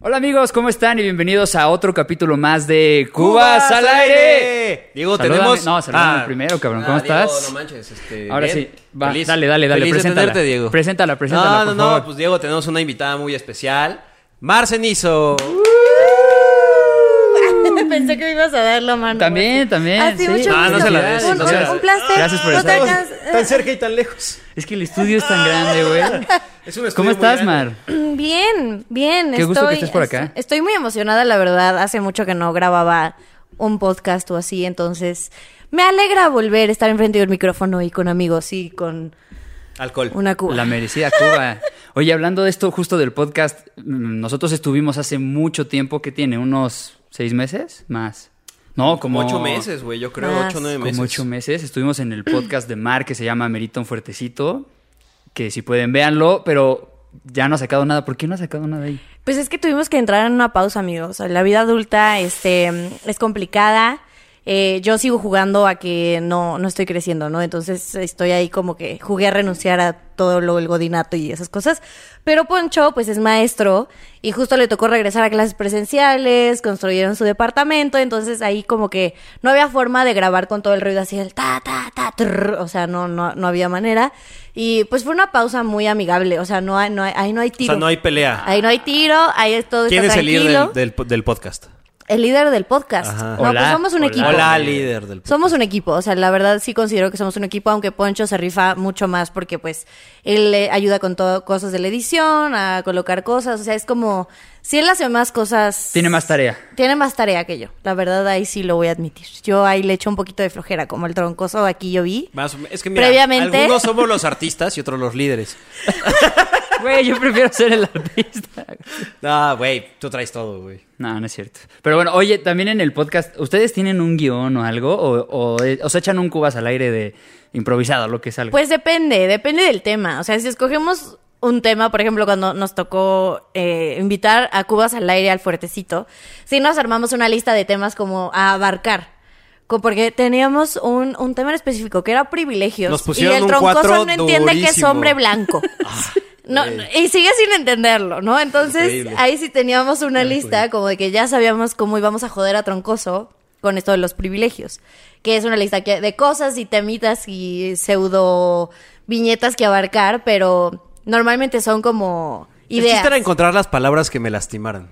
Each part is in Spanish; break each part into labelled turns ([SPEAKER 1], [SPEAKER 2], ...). [SPEAKER 1] Hola amigos, ¿cómo están? Y bienvenidos a otro capítulo más de Cubas, al aire.
[SPEAKER 2] Digo,
[SPEAKER 1] Salúdame-
[SPEAKER 2] tenemos.
[SPEAKER 1] No, salúdame
[SPEAKER 2] Ah,
[SPEAKER 1] primero, cabrón. ¿Cómo
[SPEAKER 3] Ah, Diego,
[SPEAKER 1] estás?
[SPEAKER 3] no manches, este,
[SPEAKER 1] Ahora
[SPEAKER 3] bien.
[SPEAKER 1] sí, va,
[SPEAKER 3] Feliz-
[SPEAKER 1] dale, dale, dale,
[SPEAKER 3] feliz de
[SPEAKER 1] preséntala.
[SPEAKER 3] tenerte, Diego.
[SPEAKER 1] Preséntala, preséntala,
[SPEAKER 2] No, no,
[SPEAKER 1] por
[SPEAKER 2] no,
[SPEAKER 1] favor.
[SPEAKER 2] pues Diego, tenemos una invitada muy especial. Marcenizo.
[SPEAKER 4] Pensé que me ibas a dar la mano.
[SPEAKER 1] También, también,
[SPEAKER 4] Ah, sí,
[SPEAKER 1] sí.
[SPEAKER 4] mucho
[SPEAKER 2] Ah, no
[SPEAKER 4] gusto.
[SPEAKER 2] se la des,
[SPEAKER 4] Un,
[SPEAKER 2] no se la des.
[SPEAKER 4] un placer.
[SPEAKER 1] Gracias por
[SPEAKER 4] No
[SPEAKER 1] estar.
[SPEAKER 4] te hagas,
[SPEAKER 2] Tan cerca y tan lejos.
[SPEAKER 1] Es que el estudio es tan grande, güey.
[SPEAKER 2] Es un estudio
[SPEAKER 1] ¿Cómo
[SPEAKER 2] muy
[SPEAKER 1] estás,
[SPEAKER 2] grande.
[SPEAKER 1] Mar?
[SPEAKER 4] eh, Bien, bien.
[SPEAKER 1] Qué
[SPEAKER 4] estoy,
[SPEAKER 1] gusto que estés por acá.
[SPEAKER 4] est- Estoy muy emocionada, la verdad. Hace mucho que no grababa un podcast o así, entonces me alegra volver a estar enfrente de un micrófono y con amigos y con
[SPEAKER 2] Alcohol.
[SPEAKER 4] una cuba.
[SPEAKER 1] La merecida Cuba. Oye, hablando de esto justo del podcast, mm, nosotros estuvimos hace mucho tiempo, que tiene? ¿Unos seis meses? Más. No, como...
[SPEAKER 2] Ocho meses, güey, yo creo.
[SPEAKER 4] Más.
[SPEAKER 2] Ocho, nueve
[SPEAKER 1] Como
[SPEAKER 2] meses.
[SPEAKER 1] ocho meses. Estuvimos en el podcast de Mar que se llama Merita un Fuertecito, que si pueden, véanlo, pero ya no ha sacado nada. ¿Por qué no ha sacado nada ahí?
[SPEAKER 4] Pues es que tuvimos que entrar en una pausa, amigos. O sea, la vida adulta este, mm, es complicada. Eh, yo sigo jugando a que no, no estoy creciendo, ¿no? Entonces estoy ahí como que jugué a renunciar a todo lo el godinato y esas cosas. Pero Poncho, pues es maestro y justo le tocó regresar a clases presenciales, construyeron su departamento, entonces ahí como que no había forma de grabar con todo el ruido así el ta, ta, ta, trrr, o sea, no, no, no había manera. Y pues fue una pausa muy amigable, o sea, no hay, no hay- ahí no hay
[SPEAKER 2] O
[SPEAKER 4] tiro.
[SPEAKER 2] sea, no hay pelea.
[SPEAKER 4] Ahí no hay tiro, ahí es todo
[SPEAKER 2] ¿Quién
[SPEAKER 4] está
[SPEAKER 2] es el líder
[SPEAKER 4] tranquilo.
[SPEAKER 2] del, del- del podcast?
[SPEAKER 4] El líder del podcast.
[SPEAKER 2] Ajá.
[SPEAKER 4] No, pues
[SPEAKER 1] Hola,
[SPEAKER 4] somos un
[SPEAKER 1] hola.
[SPEAKER 4] equipo.
[SPEAKER 2] Hola, líder del podcast.
[SPEAKER 4] Somos un equipo, o sea, la verdad sí considero que somos un equipo, aunque Poncho se rifa mucho más porque pues él le ayuda con todo, cosas de la edición, a colocar cosas, o sea, es como, si él hace más cosas...
[SPEAKER 1] Tiene más tarea.
[SPEAKER 4] Tiene más tarea que yo, la verdad ahí sí lo voy a admitir. Yo ahí le echo un poquito de flojera, como el troncoso aquí yo vi.
[SPEAKER 2] Más o me- es que mira,
[SPEAKER 4] Previamente-
[SPEAKER 2] algunos somos los artistas y otros los líderes.
[SPEAKER 1] Güey, yo prefiero ser el artista.
[SPEAKER 2] No, güey, tú traes todo, güey.
[SPEAKER 1] No, no es cierto. Pero bueno, oye, también en el podcast, ¿ustedes tienen un guión o algo? ¿O, o, eh, o se echan un cubas al aire de improvisado, lo que salga?
[SPEAKER 4] Pues depende, depende del tema. O sea, si escogemos un tema, por ejemplo, cuando nos tocó eh, invitar a Cubas al aire al fuertecito, sí nos armamos una lista de temas como a abarcar. Co- Porque teníamos un, un tema en específico que era privilegios.
[SPEAKER 2] Nos pusieron
[SPEAKER 4] y el
[SPEAKER 2] un
[SPEAKER 4] troncoso
[SPEAKER 2] cuatro
[SPEAKER 4] no entiende que es
[SPEAKER 2] durísimo. Ah,
[SPEAKER 4] hombre blanco. No, no, y sigue sin entenderlo, ¿no? Entonces,
[SPEAKER 2] Increíble.
[SPEAKER 4] ahí sí teníamos una lista como de que ya sabíamos cómo íbamos a joder a Troncoso con esto de los privilegios, que es una lista que- de cosas y temitas y pseudo viñetas que abarcar, pero normalmente son como
[SPEAKER 2] El
[SPEAKER 4] ideas.
[SPEAKER 2] chiste era encontrar las palabras que me lastimaran.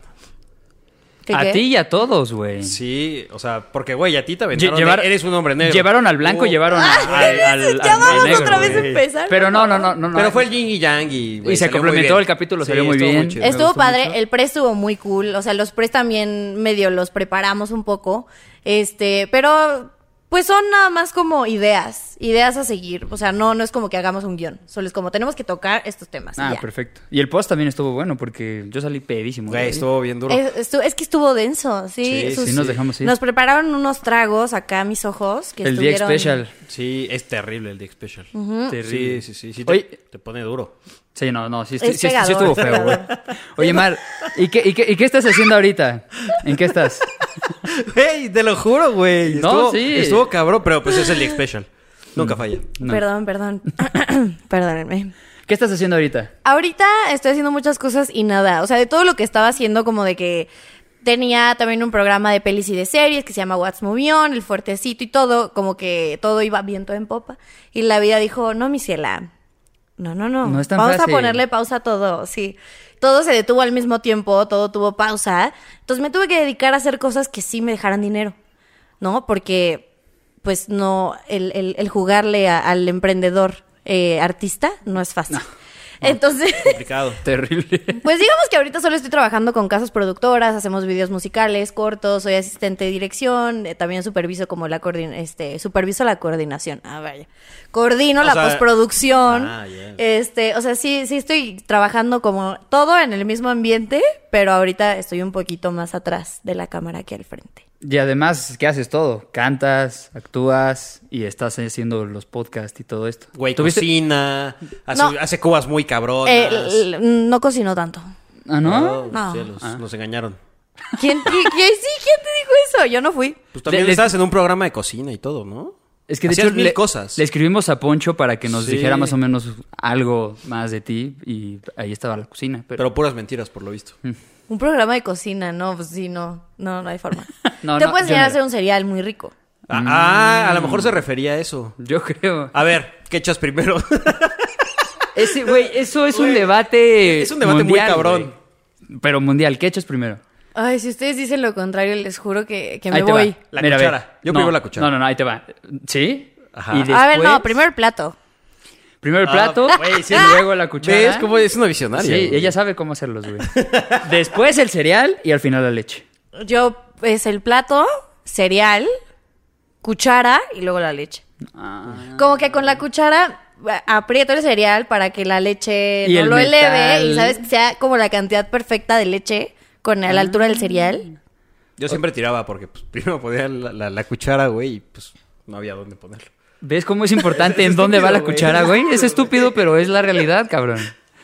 [SPEAKER 4] ¿Qué,
[SPEAKER 1] a
[SPEAKER 4] qué?
[SPEAKER 1] ti y a todos, güey.
[SPEAKER 2] Sí, o sea, porque, güey, a ti te
[SPEAKER 1] Lle-
[SPEAKER 2] aventaron.
[SPEAKER 1] llevar-
[SPEAKER 2] de- eres un hombre negro.
[SPEAKER 1] Llevaron al blanco,
[SPEAKER 2] Uh,
[SPEAKER 1] llevaron al, al, al-
[SPEAKER 4] Ah, Ya
[SPEAKER 1] al
[SPEAKER 4] vamos
[SPEAKER 1] negro,
[SPEAKER 4] otra vez a
[SPEAKER 1] güey.
[SPEAKER 4] empezar.
[SPEAKER 1] Pero
[SPEAKER 4] por
[SPEAKER 1] no, no,
[SPEAKER 4] favor.
[SPEAKER 1] no, no, no.
[SPEAKER 2] Pero fue el yin y yang y... güey,
[SPEAKER 1] Y se
[SPEAKER 2] salió muy
[SPEAKER 1] complementó
[SPEAKER 2] bien.
[SPEAKER 1] el capítulo,
[SPEAKER 2] Sí,
[SPEAKER 1] salió muy
[SPEAKER 2] estuvo
[SPEAKER 1] bien.
[SPEAKER 2] chido.
[SPEAKER 1] me
[SPEAKER 4] Estuvo
[SPEAKER 1] gustó
[SPEAKER 4] padre,
[SPEAKER 1] mucho.
[SPEAKER 4] el pre estuvo muy cool, o sea, los pres también medio los preparamos un poco, este, pero pues son nada más como ideas, ideas a seguir, o sea, no, no es como que hagamos un guión, solo es como tenemos que tocar estos temas. y
[SPEAKER 1] Ah,
[SPEAKER 4] ya.
[SPEAKER 1] perfecto. Y el post también estuvo bueno porque yo salí pedísimo.
[SPEAKER 2] Güey,
[SPEAKER 1] güey.
[SPEAKER 2] estuvo bien duro.
[SPEAKER 4] Es, estu- es que estuvo denso, sí.
[SPEAKER 2] Sí,
[SPEAKER 4] sus-
[SPEAKER 1] sí, nos dejamos ir.
[SPEAKER 4] Nos prepararon unos tragos acá a mis ojos que
[SPEAKER 1] el día
[SPEAKER 4] estuvieron-
[SPEAKER 1] especial.
[SPEAKER 2] Sí, es terrible el Dick Special.
[SPEAKER 1] Terrible.
[SPEAKER 2] Sí, sí, sí. sí
[SPEAKER 1] Oye-
[SPEAKER 2] te, te pone duro.
[SPEAKER 1] Sí, no, no, sí,
[SPEAKER 4] Es
[SPEAKER 1] sí, sí, sí
[SPEAKER 4] pegador,
[SPEAKER 1] estuvo
[SPEAKER 4] es
[SPEAKER 1] feo, güey.
[SPEAKER 4] pegador.
[SPEAKER 1] Oye, Mar, ¿y qué, y, qué, y qué estás haciendo ahorita? ¿En qué estás?
[SPEAKER 2] Güey, te lo juro, güey.
[SPEAKER 1] No,
[SPEAKER 2] Estuvo,
[SPEAKER 1] sí.
[SPEAKER 2] estuvo cabrón, pero pues es el Dick Special. Nunca falla.
[SPEAKER 1] No.
[SPEAKER 4] Perdón, perdón. Perdónenme.
[SPEAKER 1] ¿Qué estás haciendo ahorita?
[SPEAKER 4] Ahorita estoy haciendo muchas cosas y nada. O sea, de todo lo que estaba haciendo, como de que tenía también un programa de pelis y de series que se llama What's Moving On, El Fuertecito y todo, como que todo iba viento en popa. Y la vida dijo, no, mi ciela, no, no, no.
[SPEAKER 1] No es tan
[SPEAKER 4] Vamos
[SPEAKER 1] fácil.
[SPEAKER 4] a ponerle pausa a todo, sí. Todo se detuvo al mismo tiempo, todo tuvo pausa. Entonces me tuve que dedicar a hacer cosas que sí me dejaran dinero, ¿no? Porque, pues no, el, el- el jugarle a- al emprendedor eh, artista no es fácil. Entonces,
[SPEAKER 2] Complicado.
[SPEAKER 1] Terrible.
[SPEAKER 4] pues digamos que ahorita solo estoy trabajando con casas productoras, hacemos videos musicales, cortos, soy asistente de dirección, eh, también superviso como la coordin este, superviso la coordinación. Ah, vaya. Coordino
[SPEAKER 2] O
[SPEAKER 4] la
[SPEAKER 2] sea-
[SPEAKER 4] postproducción.
[SPEAKER 2] Ah, ya.
[SPEAKER 4] Este, o sea, sí, sí estoy trabajando como todo en el mismo ambiente, pero ahorita estoy un poquito más atrás de la cámara que al frente.
[SPEAKER 1] Y además, ¿qué haces todo? Cantas, actúas y estás haciendo los podcasts y todo esto.
[SPEAKER 2] Güey,
[SPEAKER 1] ¿Tuviste-
[SPEAKER 2] cocina, hace,
[SPEAKER 4] No.
[SPEAKER 2] hace cubas muy cabronas.
[SPEAKER 4] Eh, l- l- no cocino tanto.
[SPEAKER 1] ¿Ah, no? Ah.
[SPEAKER 4] No.
[SPEAKER 2] cielos, nos engañaron.
[SPEAKER 4] ¿Quién, qui- qui- sí, ¿Quién te dijo eso? Yo no fui.
[SPEAKER 2] Pues también
[SPEAKER 1] Le- le-
[SPEAKER 2] estabas en un programa de cocina y todo, ¿no?
[SPEAKER 1] Es que de
[SPEAKER 2] Hacías
[SPEAKER 1] hecho
[SPEAKER 2] mil
[SPEAKER 1] le,
[SPEAKER 2] cosas.
[SPEAKER 1] le escribimos a Poncho para que nos
[SPEAKER 2] Sí.
[SPEAKER 1] dijera más o menos algo más de ti y ahí estaba la cocina. Pero, Mm.
[SPEAKER 2] Pero puras mentiras, por lo visto.
[SPEAKER 4] Un programa de cocina, no, pues sí, no, no, no hay forma.
[SPEAKER 1] No,
[SPEAKER 4] Te
[SPEAKER 1] no,
[SPEAKER 4] puedes
[SPEAKER 1] yo
[SPEAKER 4] enseñar
[SPEAKER 1] no.
[SPEAKER 4] a hacer un cereal muy rico.
[SPEAKER 2] Ah, ah, a lo mejor se refería a eso.
[SPEAKER 1] Yo creo.
[SPEAKER 2] A ver, ¿qué echas primero?
[SPEAKER 1] Ese, güey, eso es un debate.
[SPEAKER 2] Es un debate muy
[SPEAKER 1] mundial,
[SPEAKER 2] cabrón.
[SPEAKER 1] güey. Pero mundial, ¿qué echas primero?
[SPEAKER 4] Ay, si ustedes dicen lo contrario, les juro que, que me
[SPEAKER 1] Ahí te
[SPEAKER 4] voy.
[SPEAKER 1] va.
[SPEAKER 2] La
[SPEAKER 1] Mira, a ver.
[SPEAKER 2] cuchara. Yo primero la cuchara.
[SPEAKER 1] No, no, no, ahí te va. ¿Sí?
[SPEAKER 2] Ajá.
[SPEAKER 1] Y
[SPEAKER 4] A ver, no,
[SPEAKER 1] después-
[SPEAKER 4] primero el plato.
[SPEAKER 1] Primero el plato,
[SPEAKER 2] Ah, güey, sí.
[SPEAKER 1] luego la cuchara.
[SPEAKER 2] ¿Ves cómo es una visionaria?
[SPEAKER 1] Sí,
[SPEAKER 2] güey?
[SPEAKER 1] ella sabe cómo hacerlos, güey. Después el cereal y al final la leche.
[SPEAKER 4] Yo, es el plato, cereal, cuchara y luego la leche.
[SPEAKER 1] Ah.
[SPEAKER 4] Como que con la cuchara a- aprieto el cereal para que la leche
[SPEAKER 1] Y
[SPEAKER 4] no
[SPEAKER 1] el
[SPEAKER 4] lo eleve
[SPEAKER 1] metal. Ah.
[SPEAKER 4] y sabes que sea como la cantidad perfecta de leche con a la altura del cereal.
[SPEAKER 2] Yo siempre tiraba porque pues, primero ponía la, la- la cuchara, güey, y pues no había dónde ponerlo.
[SPEAKER 1] ¿Ves cómo es importante en dónde va la
[SPEAKER 2] estúpido,
[SPEAKER 1] cuchara,
[SPEAKER 2] güey.
[SPEAKER 1] güey? Es estúpido, pero es la realidad, cabrón.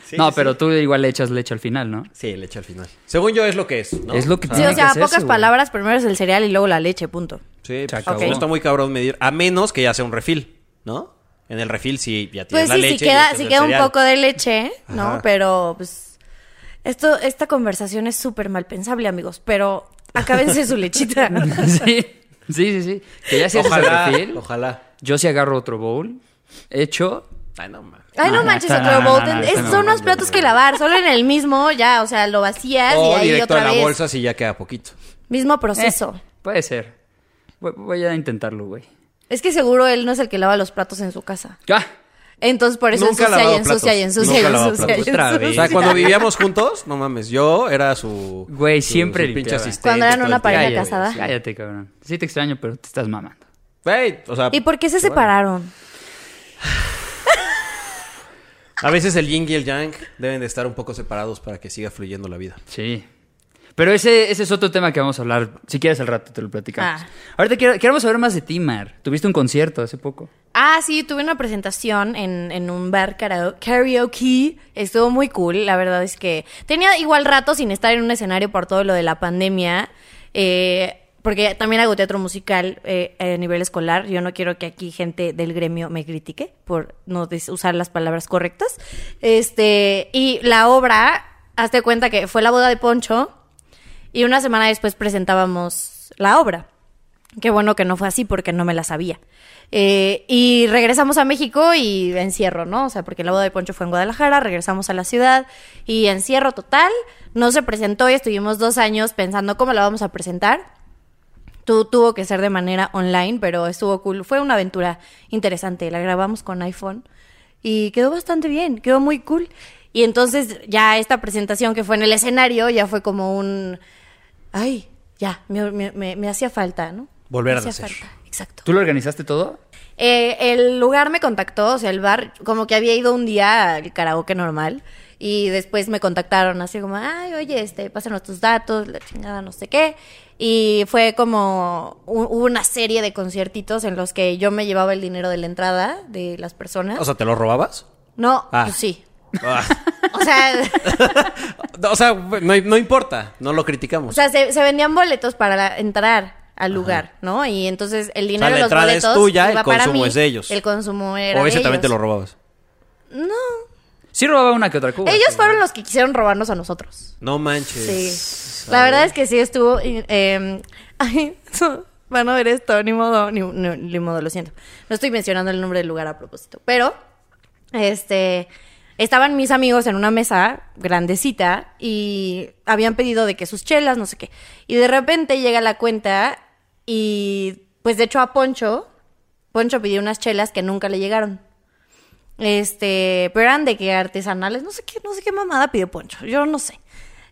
[SPEAKER 2] Sí,
[SPEAKER 1] no,
[SPEAKER 2] sí,
[SPEAKER 1] pero tú igual le echas leche al final, ¿no?
[SPEAKER 2] Sí, le eché al final. Según yo es lo que es, ¿no?
[SPEAKER 1] Es lo que
[SPEAKER 4] Sí,
[SPEAKER 1] tiene
[SPEAKER 4] o sea,
[SPEAKER 1] que
[SPEAKER 4] a
[SPEAKER 1] hacerse,
[SPEAKER 4] pocas
[SPEAKER 1] güey.
[SPEAKER 4] palabras, primero es el cereal y luego la leche, punto.
[SPEAKER 2] Sí, pues,
[SPEAKER 1] acabó.
[SPEAKER 2] no está muy cabrón medir. A menos que ya sea un refill, ¿no? En el refill sí ya tienes
[SPEAKER 4] Pues
[SPEAKER 2] la
[SPEAKER 4] sí,
[SPEAKER 2] leche.
[SPEAKER 4] si
[SPEAKER 2] y ya
[SPEAKER 4] queda,
[SPEAKER 2] tienes
[SPEAKER 4] si
[SPEAKER 2] el
[SPEAKER 4] queda un
[SPEAKER 2] cereal.
[SPEAKER 4] poco de leche, ¿no?
[SPEAKER 2] Ajá.
[SPEAKER 4] Pero pues esto, esta conversación es súper mal pensable, amigos, pero acábense su lechita.
[SPEAKER 1] sí, sí, sí, sí. Que ya si haces el
[SPEAKER 2] Ojalá,
[SPEAKER 1] refil,
[SPEAKER 2] ojalá.
[SPEAKER 1] yo sí agarro otro bowl hecho.
[SPEAKER 2] Ay, no mames.
[SPEAKER 4] Ay, no
[SPEAKER 1] No,
[SPEAKER 4] manches,
[SPEAKER 1] no, no,
[SPEAKER 4] otro
[SPEAKER 1] no,
[SPEAKER 4] bowl.
[SPEAKER 1] no, no,
[SPEAKER 4] Es-
[SPEAKER 1] no, no,
[SPEAKER 4] son
[SPEAKER 1] no,
[SPEAKER 4] unos platos que lavar, solo en el mismo, ya, o sea, lo vacías y
[SPEAKER 2] O
[SPEAKER 4] ahí
[SPEAKER 2] Oh, directo
[SPEAKER 4] otra
[SPEAKER 2] a la
[SPEAKER 4] vez.
[SPEAKER 2] bolsa si ya queda poquito.
[SPEAKER 4] Mismo
[SPEAKER 1] Eh,
[SPEAKER 4] proceso.
[SPEAKER 1] puede ser. Voy, voy a intentarlo, güey.
[SPEAKER 4] Es que seguro él no es el que lava los platos en su casa.
[SPEAKER 1] ¡Ah!
[SPEAKER 4] Entonces por eso
[SPEAKER 2] Nunca ha
[SPEAKER 4] ensucia y
[SPEAKER 2] lavado
[SPEAKER 4] ensucia y
[SPEAKER 2] platos.
[SPEAKER 4] ensucia y
[SPEAKER 2] Nunca ha lavado
[SPEAKER 4] ensucia y
[SPEAKER 2] platos.
[SPEAKER 1] Otra
[SPEAKER 4] ensucia.
[SPEAKER 1] vez.
[SPEAKER 2] O sea, cuando vivíamos juntos, no mames, yo era su.
[SPEAKER 1] Güey,
[SPEAKER 2] su-
[SPEAKER 1] siempre
[SPEAKER 2] su pinche
[SPEAKER 1] limpiaba.
[SPEAKER 2] asistente
[SPEAKER 4] Cuando eran
[SPEAKER 2] todo
[SPEAKER 4] una
[SPEAKER 2] el
[SPEAKER 4] pareja
[SPEAKER 2] tiempo,
[SPEAKER 4] casada.
[SPEAKER 2] güey, sí.
[SPEAKER 1] Cállate, cabrón. Sí te extraño, pero te estás mamando.
[SPEAKER 2] Güey, o sea,
[SPEAKER 4] ¿Y por qué se separaron?
[SPEAKER 2] a veces el yin y el yang deben de estar un poco separados para que siga fluyendo la vida.
[SPEAKER 1] Sí. Pero ese, ese es otro tema que vamos a hablar. Si quieres, al rato te lo platicamos.
[SPEAKER 4] Ah.
[SPEAKER 1] Ahorita quiero- queremos saber más de ti, Mar. Tuviste un concierto hace poco.
[SPEAKER 4] Ah, sí, tuve una presentación en, en un bar karao- karaoke. Estuvo muy cool, la verdad es que tenía igual rato sin estar en un escenario por todo lo de la pandemia. eh, porque también hago teatro musical eh, a nivel escolar. Yo no quiero que aquí gente del gremio me critique por no des- usar las palabras correctas. Este, y la obra, hazte cuenta que fue la boda de Poncho. Y una semana después presentábamos la obra. Qué bueno que no fue así porque no me la sabía. Eh, y regresamos a México y encierro, ¿no? O sea, porque la boda de Poncho fue en Guadalajara, regresamos a la ciudad y encierro total. No se presentó y estuvimos dos años pensando cómo la vamos a presentar. Tu- tuvo que ser de manera online, pero estuvo cool. Fue una aventura interesante. La grabamos con iPhone y quedó bastante bien, quedó muy cool. Y entonces ya esta presentación que fue en el escenario ya fue como un... Ay, ya, me, me- me- me hacía falta, ¿no?
[SPEAKER 2] Volver
[SPEAKER 4] Me
[SPEAKER 2] a
[SPEAKER 4] hacía
[SPEAKER 2] nacer.
[SPEAKER 4] falta, Exacto.
[SPEAKER 1] ¿Tú lo organizaste todo?
[SPEAKER 4] Eh, el lugar me contactó, o sea, el bar, como que había ido un día al karaoke normal y después me contactaron así como, ay, oye, este, pásanos tus datos, la chingada, no sé qué. Y fue como u- hubo una serie de conciertitos en los que yo me llevaba el dinero de la entrada de las personas.
[SPEAKER 2] O sea, ¿te lo robabas?
[SPEAKER 4] no,
[SPEAKER 2] Ah.
[SPEAKER 4] pues sí.
[SPEAKER 2] Ah.
[SPEAKER 4] O sea,
[SPEAKER 2] o sea, no, no importa, no lo
[SPEAKER 4] o
[SPEAKER 2] criticamos.
[SPEAKER 4] sea se, se vendían boletos para la- entrar al lugar, ¿no? Y entonces el dinero
[SPEAKER 2] la
[SPEAKER 4] de los
[SPEAKER 2] entrada es
[SPEAKER 4] boletos
[SPEAKER 2] tuya,
[SPEAKER 4] iba
[SPEAKER 2] el
[SPEAKER 4] para
[SPEAKER 2] consumo
[SPEAKER 4] mí,
[SPEAKER 2] es de ellos.
[SPEAKER 4] El consumo era
[SPEAKER 2] o ese
[SPEAKER 4] de
[SPEAKER 2] también te lo
[SPEAKER 4] ellos.
[SPEAKER 2] robabas.
[SPEAKER 1] Sí robaba una que otra cuba.
[SPEAKER 4] Ellos fueron los que quisieron robarnos a nosotros.
[SPEAKER 2] No manches.
[SPEAKER 4] Sí. La verdad es que sí estuvo. y, eh, ay, van a ver esto, ni modo, ni, ni- ni modo, lo siento. No estoy mencionando el nombre del lugar a propósito. Pero, este. Estaban mis amigos en una mesa grandecita y habían pedido de que sus chelas, no sé qué. Y de repente llega la cuenta y, pues, de hecho, a Poncho, Poncho pidió unas chelas que nunca le llegaron. Este, pero eran de que artesanales, no sé qué, no sé qué mamada pidió Poncho, yo no sé.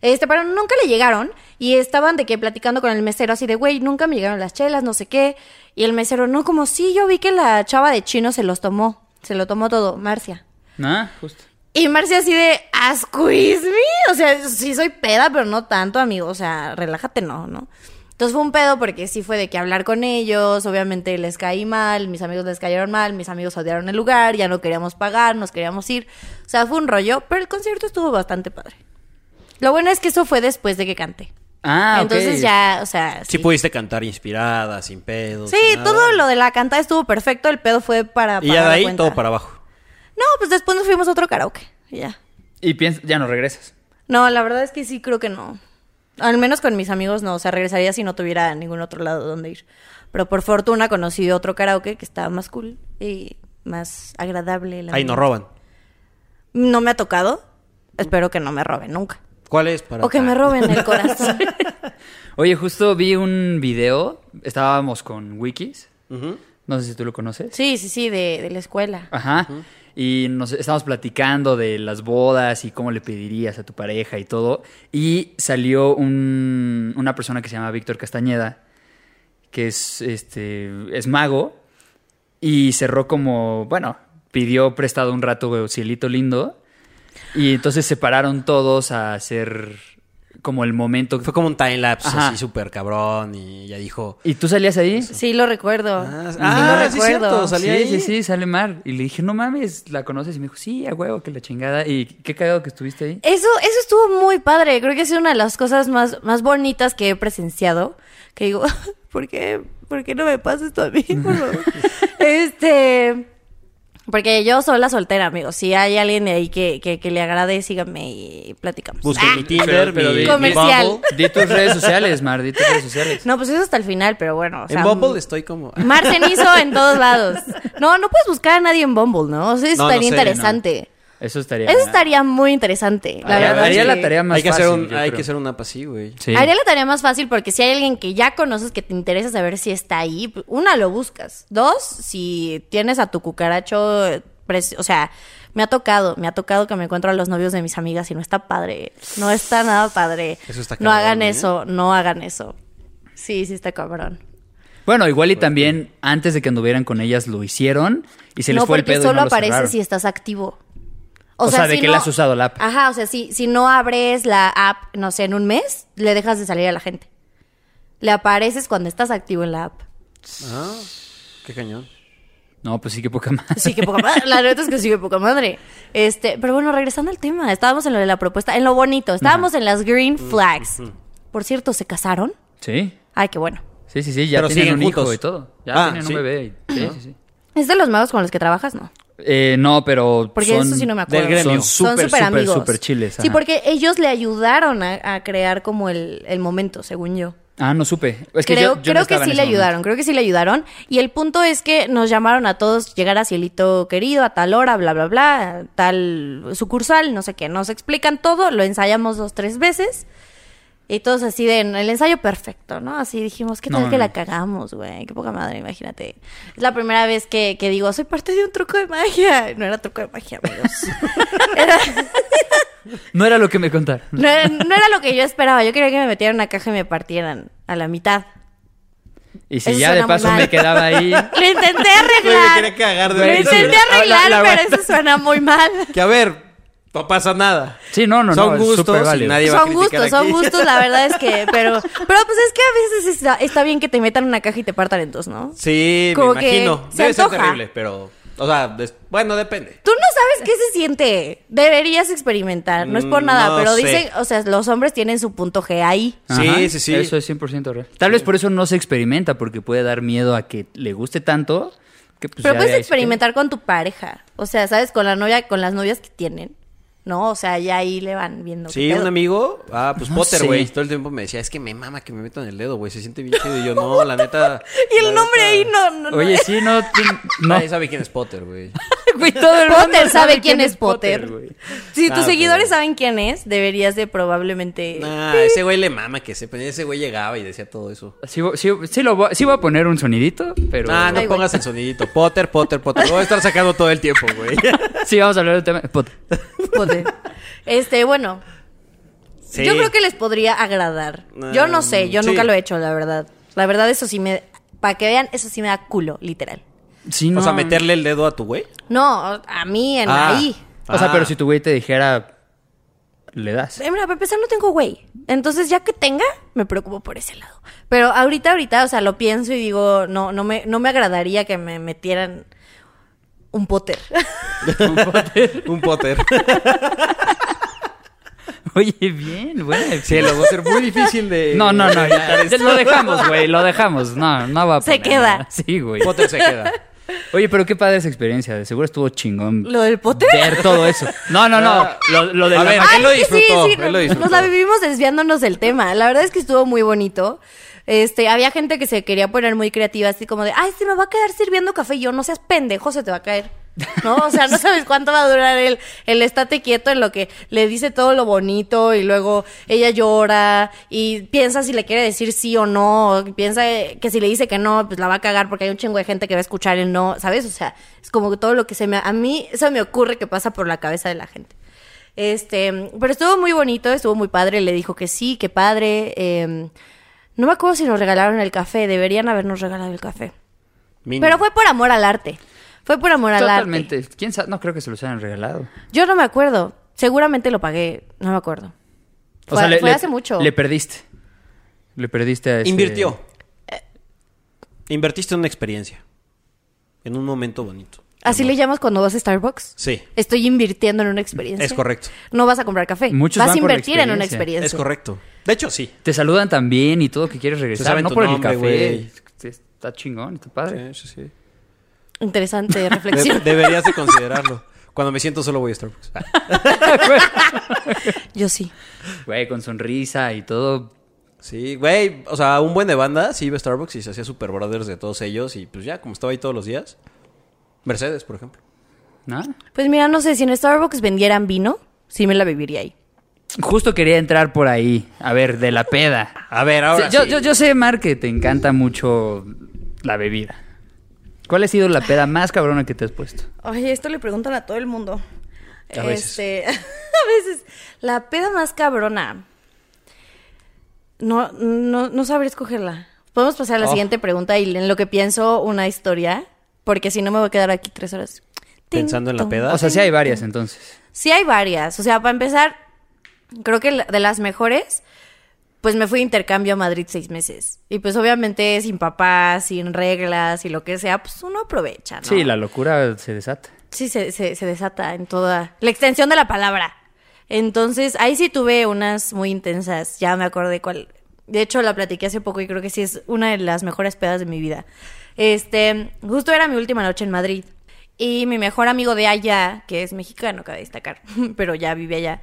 [SPEAKER 4] Este, pero nunca le llegaron y estaban de que platicando con el mesero así de, güey, nunca me llegaron las chelas, no sé qué. Y el mesero, no, como sí, yo vi que la chava de chino se los tomó, se lo tomó todo, Marcia.
[SPEAKER 1] Ah, justo.
[SPEAKER 4] Y Marcia así de, asqueeze me. O sea, sí soy peda, pero no tanto, amigo. O sea, relájate, no, ¿no? Entonces fue un pedo porque sí fue de que hablar con ellos, obviamente les caí mal, mis amigos les cayeron mal, mis amigos odiaron el lugar, ya no queríamos pagar, nos queríamos ir. O sea, fue un rollo, pero el concierto estuvo bastante padre. Lo bueno es que eso fue después de que canté.
[SPEAKER 1] Ah, ok.
[SPEAKER 4] Entonces ya, o sea...
[SPEAKER 2] Sí pudiste cantar inspirada, sin pedos.
[SPEAKER 4] Sí,
[SPEAKER 2] sin nada.
[SPEAKER 4] todo lo de la cantada estuvo perfecto, el pedo fue para...
[SPEAKER 2] Y ya
[SPEAKER 4] pagar
[SPEAKER 2] de
[SPEAKER 4] la
[SPEAKER 2] ahí
[SPEAKER 4] cuenta.
[SPEAKER 2] todo para abajo.
[SPEAKER 4] No, pues después nos fuimos a otro karaoke, y ya.
[SPEAKER 1] Y piensas, ya no regresas.
[SPEAKER 4] No, la verdad es que sí creo que no. Al menos con mis amigos no, o sea, regresaría si no tuviera a ningún otro lado donde ir. Pero por fortuna conocí otro karaoke que estaba más cool y más agradable. el
[SPEAKER 2] Ahí nos
[SPEAKER 4] ambiente.
[SPEAKER 2] roban.
[SPEAKER 4] No me ha tocado. Espero que no me roben nunca.
[SPEAKER 2] ¿Cuál es? Para
[SPEAKER 4] O que me roben el corazón.
[SPEAKER 1] Oye, justo vi un video, estábamos con Wikis,
[SPEAKER 2] Ujú.
[SPEAKER 1] no sé si tú lo conoces.
[SPEAKER 4] sí, sí, sí, de, de la escuela.
[SPEAKER 2] Ah.
[SPEAKER 1] Ajá. Y nos estábamos platicando de las bodas y cómo le pedirías a tu pareja y todo. Y salió un- una persona que se llama Víctor Castañeda, que es, este, es mago, y cerró como, bueno, pidió prestado un rato güey, cielito lindo. Y entonces se pararon todos a hacer como el momento.
[SPEAKER 2] Fue como un time lapse
[SPEAKER 1] Ajá.
[SPEAKER 2] así súper cabrón y ya dijo.
[SPEAKER 1] ¿Y tú salías ahí?
[SPEAKER 4] Sí, lo recuerdo.
[SPEAKER 2] Ah,
[SPEAKER 4] Sí,
[SPEAKER 2] ah,
[SPEAKER 4] lo
[SPEAKER 2] sí, cierto, salí
[SPEAKER 1] sí,
[SPEAKER 2] ahí.
[SPEAKER 1] sí, sí, sale Mar. Y le dije, no mames, ¿la conoces? Y me dijo, sí, a huevo, que la chingada. Y qué cagado que estuviste ahí.
[SPEAKER 4] Eso, eso estuvo muy padre. Creo que ha sido una de las cosas más, más bonitas que he presenciado. Que digo, ¿por qué, ¿por qué no me pasa esto a mí? Por favor? este. Porque yo soy la soltera, amigos. Si hay alguien de ahí que, que, que le agrade, síganme y platicamos.
[SPEAKER 2] Busquen
[SPEAKER 4] Ah.
[SPEAKER 2] mi
[SPEAKER 1] Pero-
[SPEAKER 2] Tinder,
[SPEAKER 1] pero
[SPEAKER 2] mi,
[SPEAKER 1] di-
[SPEAKER 2] mi
[SPEAKER 4] Comercial.
[SPEAKER 2] Bumble.
[SPEAKER 1] Di tus redes sociales, Mar, di tus redes sociales.
[SPEAKER 4] No, pues eso hasta el final, pero bueno. O sea, mm,
[SPEAKER 2] En Bumble estoy como.
[SPEAKER 4] Mar Cenizo en todos lados. No, no puedes buscar a nadie en Bumble, ¿no? O sea, eso
[SPEAKER 2] No, no
[SPEAKER 4] estaría
[SPEAKER 2] sé,
[SPEAKER 4] interesante.
[SPEAKER 1] Eso estaría.
[SPEAKER 4] Eso estaría muy interesante. La
[SPEAKER 1] Haría-
[SPEAKER 4] verdad
[SPEAKER 1] haría
[SPEAKER 4] es
[SPEAKER 1] la
[SPEAKER 4] que-
[SPEAKER 1] tarea más
[SPEAKER 2] hay que hacer
[SPEAKER 1] fácil,
[SPEAKER 2] un,
[SPEAKER 1] yo
[SPEAKER 2] hay
[SPEAKER 1] creo.
[SPEAKER 2] que hacer una así, güey.
[SPEAKER 1] Sí.
[SPEAKER 4] Haría la tarea más fácil porque si hay alguien que ya conoces que te interesa saber si está ahí, una, lo buscas. Dos, si tienes a tu cucaracho, eh, pres- o sea, me ha tocado, me ha tocado que me encuentro a los novios de mis amigas y no está padre. No está nada padre.
[SPEAKER 2] Eso está
[SPEAKER 4] no
[SPEAKER 2] cabrón,
[SPEAKER 4] hagan
[SPEAKER 2] ¿eh?
[SPEAKER 4] eso, no hagan eso. Sí, sí está cabrón.
[SPEAKER 1] Bueno, igual y también antes de que anduvieran con ellas lo hicieron y se les
[SPEAKER 4] no,
[SPEAKER 1] fue el
[SPEAKER 4] porque
[SPEAKER 1] pedo. y
[SPEAKER 4] solo
[SPEAKER 1] no lo
[SPEAKER 4] aparece
[SPEAKER 1] cerraron.
[SPEAKER 4] si estás activo.
[SPEAKER 1] O sea, de que le has usado la app.
[SPEAKER 4] Ajá, o sea, si, si no abres la app, no sé, en un mes, le dejas de salir a la gente. Le apareces cuando estás activo en la app.
[SPEAKER 2] Ah, qué cañón.
[SPEAKER 1] No, pues sí, que poca más.
[SPEAKER 4] Sí, que poca madre. La neta es que sí, que poca madre. Este, pero bueno, regresando al tema, estábamos en lo de la propuesta, en lo bonito, estábamos en las green flags. Por cierto, ¿se casaron?
[SPEAKER 1] Sí.
[SPEAKER 4] Ay, qué bueno.
[SPEAKER 1] Sí, sí, sí, ya
[SPEAKER 2] Pero
[SPEAKER 1] tienen
[SPEAKER 2] siguen
[SPEAKER 1] un hijo
[SPEAKER 2] juntos.
[SPEAKER 1] y todo. Ya
[SPEAKER 2] Ah,
[SPEAKER 1] tienen
[SPEAKER 2] sí.
[SPEAKER 1] un bebé. y- sí, sí, sí.
[SPEAKER 4] ¿Es de los magos con los que trabajas, no?
[SPEAKER 1] Eh, no, pero.
[SPEAKER 4] Porque
[SPEAKER 1] son,
[SPEAKER 4] eso sí no me acuerdo.
[SPEAKER 2] del gremio.
[SPEAKER 1] Son súper, súper, súper chiles.
[SPEAKER 4] Sí,
[SPEAKER 1] ajá.
[SPEAKER 4] porque ellos le ayudaron a, a crear como el, el momento, según yo.
[SPEAKER 1] Ah, no supe. Es que
[SPEAKER 4] creo
[SPEAKER 1] yo- yo no
[SPEAKER 4] creo que
[SPEAKER 1] estaba en
[SPEAKER 4] sí
[SPEAKER 1] ese
[SPEAKER 4] le
[SPEAKER 1] momento.
[SPEAKER 4] ayudaron, creo que sí le ayudaron. Y el punto es que nos llamaron a todos llegar a Cielito Querido, a tal hora, bla, bla, bla, tal sucursal, no sé qué. Nos explican todo, lo ensayamos dos, tres veces. Y todos así de, en el ensayo perfecto, ¿no? Así dijimos, ¿qué
[SPEAKER 1] No
[SPEAKER 4] tal que la
[SPEAKER 1] mames.
[SPEAKER 4] cagamos, güey? Qué poca madre, imagínate. Es la primera vez que, que digo, soy parte de un truco de magia. No era truco de magia, amigos. Era-
[SPEAKER 1] No era lo que me contaron.
[SPEAKER 4] no, era- no era lo que yo esperaba. Yo quería que me metieran en una caja y me partieran a la mitad.
[SPEAKER 1] Y si
[SPEAKER 4] Eso
[SPEAKER 1] ya de
[SPEAKER 4] suena muy
[SPEAKER 1] paso
[SPEAKER 4] mal.
[SPEAKER 1] me quedaba ahí.
[SPEAKER 4] Lo
[SPEAKER 2] Güey,
[SPEAKER 4] intenté
[SPEAKER 2] me
[SPEAKER 4] arreglar.
[SPEAKER 2] quería cagar de
[SPEAKER 4] lo
[SPEAKER 2] risa.
[SPEAKER 4] intenté
[SPEAKER 2] La-
[SPEAKER 4] arreglar,
[SPEAKER 2] la
[SPEAKER 4] pero
[SPEAKER 2] verdad.
[SPEAKER 4] eso suena muy mal.
[SPEAKER 2] Que a ver, no pasa nada.
[SPEAKER 1] Sí, no, no, no.
[SPEAKER 2] Son
[SPEAKER 1] es
[SPEAKER 2] gustos
[SPEAKER 1] súper
[SPEAKER 2] y
[SPEAKER 1] válido.
[SPEAKER 2] nadie- va a
[SPEAKER 4] Son
[SPEAKER 2] criticar
[SPEAKER 4] gustos, son
[SPEAKER 2] aquí.
[SPEAKER 4] gustos, la verdad es que, pero, pero pues es que a veces está, está bien que te metan en una caja y te partan en dos, ¿no?
[SPEAKER 2] Sí,
[SPEAKER 4] Como
[SPEAKER 2] me
[SPEAKER 4] que
[SPEAKER 2] imagino.
[SPEAKER 4] se
[SPEAKER 2] Debe ser
[SPEAKER 4] antoja.
[SPEAKER 2] terrible, pero. O sea, des- bueno, depende.
[SPEAKER 4] Tú no sabes qué se siente. Deberías experimentar. No es por
[SPEAKER 2] Mm,
[SPEAKER 4] nada,
[SPEAKER 2] no
[SPEAKER 4] pero
[SPEAKER 2] sé.
[SPEAKER 4] dicen, o sea, los hombres tienen su punto G ahí.
[SPEAKER 1] Ajá,
[SPEAKER 2] Sí, sí, sí.
[SPEAKER 1] Eso es 100% real. Tal vez por eso no se experimenta, porque puede dar miedo a que le guste tanto. Que, pues,
[SPEAKER 4] pero
[SPEAKER 1] ya
[SPEAKER 4] puedes
[SPEAKER 1] de ahí se
[SPEAKER 4] experimentar con tu pareja. O sea, ¿sabes? Con la novia, con las novias que tienen. No, o sea, ya ahí le van viendo.
[SPEAKER 2] Sí,
[SPEAKER 4] qué pedo.
[SPEAKER 2] un amigo, ah, pues
[SPEAKER 1] No
[SPEAKER 2] Potter,
[SPEAKER 1] sé.
[SPEAKER 2] güey, todo el tiempo me decía, es que me mama que me metan el dedo, güey, se siente bien chido. Y yo, no, la neta.
[SPEAKER 4] Y
[SPEAKER 2] la
[SPEAKER 4] el nombre
[SPEAKER 2] neta-
[SPEAKER 4] ahí no, no,
[SPEAKER 1] queda.
[SPEAKER 4] no.
[SPEAKER 1] Oye, sí, no. tien- no.
[SPEAKER 2] Nadie sabe quién es Potter, güey.
[SPEAKER 1] Güey, todo el mundo
[SPEAKER 4] Potter sabe quién es Potter.
[SPEAKER 1] güey.
[SPEAKER 4] Si
[SPEAKER 2] Ah,
[SPEAKER 4] tus
[SPEAKER 2] pero-
[SPEAKER 4] seguidores saben quién es, deberías de probablemente.
[SPEAKER 2] Nah, ese güey le mama que sepa. Ese güey llegaba y decía todo eso.
[SPEAKER 1] Sí, vo- sí, sí lo voy, sí voy a poner un sonidito, pero.
[SPEAKER 2] Ah, no
[SPEAKER 4] Ay, güey.
[SPEAKER 2] pongas el sonidito. Potter, Potter, Potter. Lo voy a estar sacando todo el tiempo, güey.
[SPEAKER 1] Sí, vamos a hablar del tema. Potter.
[SPEAKER 4] Potter. Este, bueno.
[SPEAKER 2] Sí.
[SPEAKER 4] Yo creo que les podría agradar. Yo no sé, yo
[SPEAKER 2] Mm,
[SPEAKER 4] nunca
[SPEAKER 2] sí.
[SPEAKER 4] lo he hecho, la verdad. La verdad, eso sí me. Para que vean, eso sí me da culo, literal.
[SPEAKER 1] Sí, no.
[SPEAKER 2] O sea, meterle el dedo a tu güey.
[SPEAKER 4] No, a mí, en
[SPEAKER 2] Ah.
[SPEAKER 4] ahí.
[SPEAKER 1] O sea,
[SPEAKER 2] Ah.
[SPEAKER 1] pero si tu güey te dijera. Le das.
[SPEAKER 4] Eh, Mira, para empezar, no tengo güey. Entonces, ya que tenga, me preocupo por ese lado. Pero ahorita, ahorita, o sea, lo pienso y digo, no, no me, no me agradaría que me metieran un Potter.
[SPEAKER 2] Un Potter.
[SPEAKER 1] Oye, bien, güey.
[SPEAKER 2] Sí, lo va a ser muy difícil de.
[SPEAKER 1] No, no, no. ya- ya lo dejamos, güey. Lo dejamos. No, no va a
[SPEAKER 4] Se
[SPEAKER 1] poner
[SPEAKER 4] queda.
[SPEAKER 1] nada. Sí, güey.
[SPEAKER 2] Pues, Potter se queda.
[SPEAKER 1] Oye, pero qué padre esa experiencia. De seguro estuvo chingón
[SPEAKER 4] ¿Lo del pote?
[SPEAKER 1] ver todo eso. No, no, no. Lo, lo de
[SPEAKER 2] A
[SPEAKER 1] la
[SPEAKER 2] ver,
[SPEAKER 1] ma-
[SPEAKER 2] él lo
[SPEAKER 4] Ay,
[SPEAKER 2] disfrutó,
[SPEAKER 4] sí, sí,
[SPEAKER 2] él
[SPEAKER 4] no-
[SPEAKER 2] lo disfrutó.
[SPEAKER 4] Nos la vivimos desviándonos del tema. La verdad es que estuvo muy bonito. Este, había gente que se quería poner muy creativa, así como de, ay, se me va a quedar sirviendo café. Y yo, no seas pendejo, se te va a caer. ¿No? O sea, no sabes cuánto va a durar el, el estate quieto en lo que le dice todo lo bonito y luego ella llora y piensa si le quiere decir sí o no, o piensa eh, que si le dice que no, pues la va a cagar porque hay un chingo de gente que va a escuchar el no, ¿sabes? O sea, es como todo lo que se me... A mí se me ocurre que pasa por la cabeza de la gente. Este, pero estuvo muy bonito, estuvo muy padre, le dijo que sí, que padre. eh, no me acuerdo si nos regalaron el café, deberían habernos regalado el café.
[SPEAKER 2] Mínimo.
[SPEAKER 4] Pero fue por amor al arte. Fue por amor al
[SPEAKER 1] Totalmente. ¿Quién sabe? No creo que se los hayan regalado.
[SPEAKER 4] arte. Yo no me acuerdo. Seguramente lo pagué, no me acuerdo. Fue, fue hace mucho.
[SPEAKER 1] Le perdiste. Le perdiste a ese...
[SPEAKER 2] Invirtió. eh, Invertiste en una experiencia. En un momento bonito.
[SPEAKER 4] Así le llamas cuando vas a Starbucks.
[SPEAKER 2] Sí.
[SPEAKER 4] Estoy invirtiendo en una experiencia.
[SPEAKER 2] Es correcto.
[SPEAKER 4] No vas a comprar café.
[SPEAKER 1] Muchos
[SPEAKER 4] vas
[SPEAKER 1] van
[SPEAKER 4] a
[SPEAKER 1] por la
[SPEAKER 4] invertir en una
[SPEAKER 1] experiencia.
[SPEAKER 4] experiencia.
[SPEAKER 2] Es correcto. De hecho, sí.
[SPEAKER 1] Te saludan también y todo que quieres regresar.
[SPEAKER 2] saben
[SPEAKER 1] No
[SPEAKER 2] tu
[SPEAKER 1] por
[SPEAKER 2] nombre,
[SPEAKER 1] el
[SPEAKER 2] güey.
[SPEAKER 1] café. Sí, Está chingón, está padre.
[SPEAKER 2] Sí, sí, sí.
[SPEAKER 4] Interesante
[SPEAKER 2] De-
[SPEAKER 4] reflexión.
[SPEAKER 2] deberías de considerarlo. Cuando me siento solo voy a Starbucks. Ah,
[SPEAKER 4] Yo sí.
[SPEAKER 1] Güey, con sonrisa y todo.
[SPEAKER 2] Sí, güey. O sea, un buen de banda sí iba a Starbucks y se hacía super brothers de todos ellos. Y pues ya, como estaba ahí todos los días. Mercedes, por ejemplo.
[SPEAKER 1] ¿No?
[SPEAKER 4] Pues mira, no sé, si en Starbucks vendieran vino, sí me la viviría ahí.
[SPEAKER 1] Justo quería entrar por ahí. A ver, de la peda.
[SPEAKER 2] A ver, ahora
[SPEAKER 1] Sí, yo,
[SPEAKER 2] sí.
[SPEAKER 1] yo, yo sé, Mar, que te encanta mucho la bebida. ¿Cuál ha sido la peda más cabrona que te has puesto?
[SPEAKER 4] Oye, esto le preguntan a todo el mundo.
[SPEAKER 2] A veces.
[SPEAKER 4] Este, a veces. La peda más cabrona. No, no, no sabré escogerla. Podemos pasar a la
[SPEAKER 2] Oh.
[SPEAKER 4] siguiente pregunta y en lo que pienso una historia, porque si no me voy a quedar aquí tres horas. Ting,
[SPEAKER 2] Pensando en la
[SPEAKER 4] tong.
[SPEAKER 2] peda.
[SPEAKER 1] O sea, sí hay varias entonces.
[SPEAKER 4] Sí hay varias. O sea, para empezar, creo que la- de las mejores, pues me fui de intercambio a Madrid seis meses. Y pues obviamente sin papás, sin reglas y lo que sea, pues uno aprovecha, ¿no?
[SPEAKER 1] Sí, la locura se desata.
[SPEAKER 4] Sí, se, se- se desata en toda la extensión de la palabra. Entonces, ahí sí tuve unas muy intensas, ya me acordé cuál. De hecho, la platiqué hace poco y creo que sí es una de las mejores pedas de mi vida. Este, justo era mi última noche en Madrid. Y mi mejor amigo de allá, que es mexicano, cabe destacar, pero ya vive allá,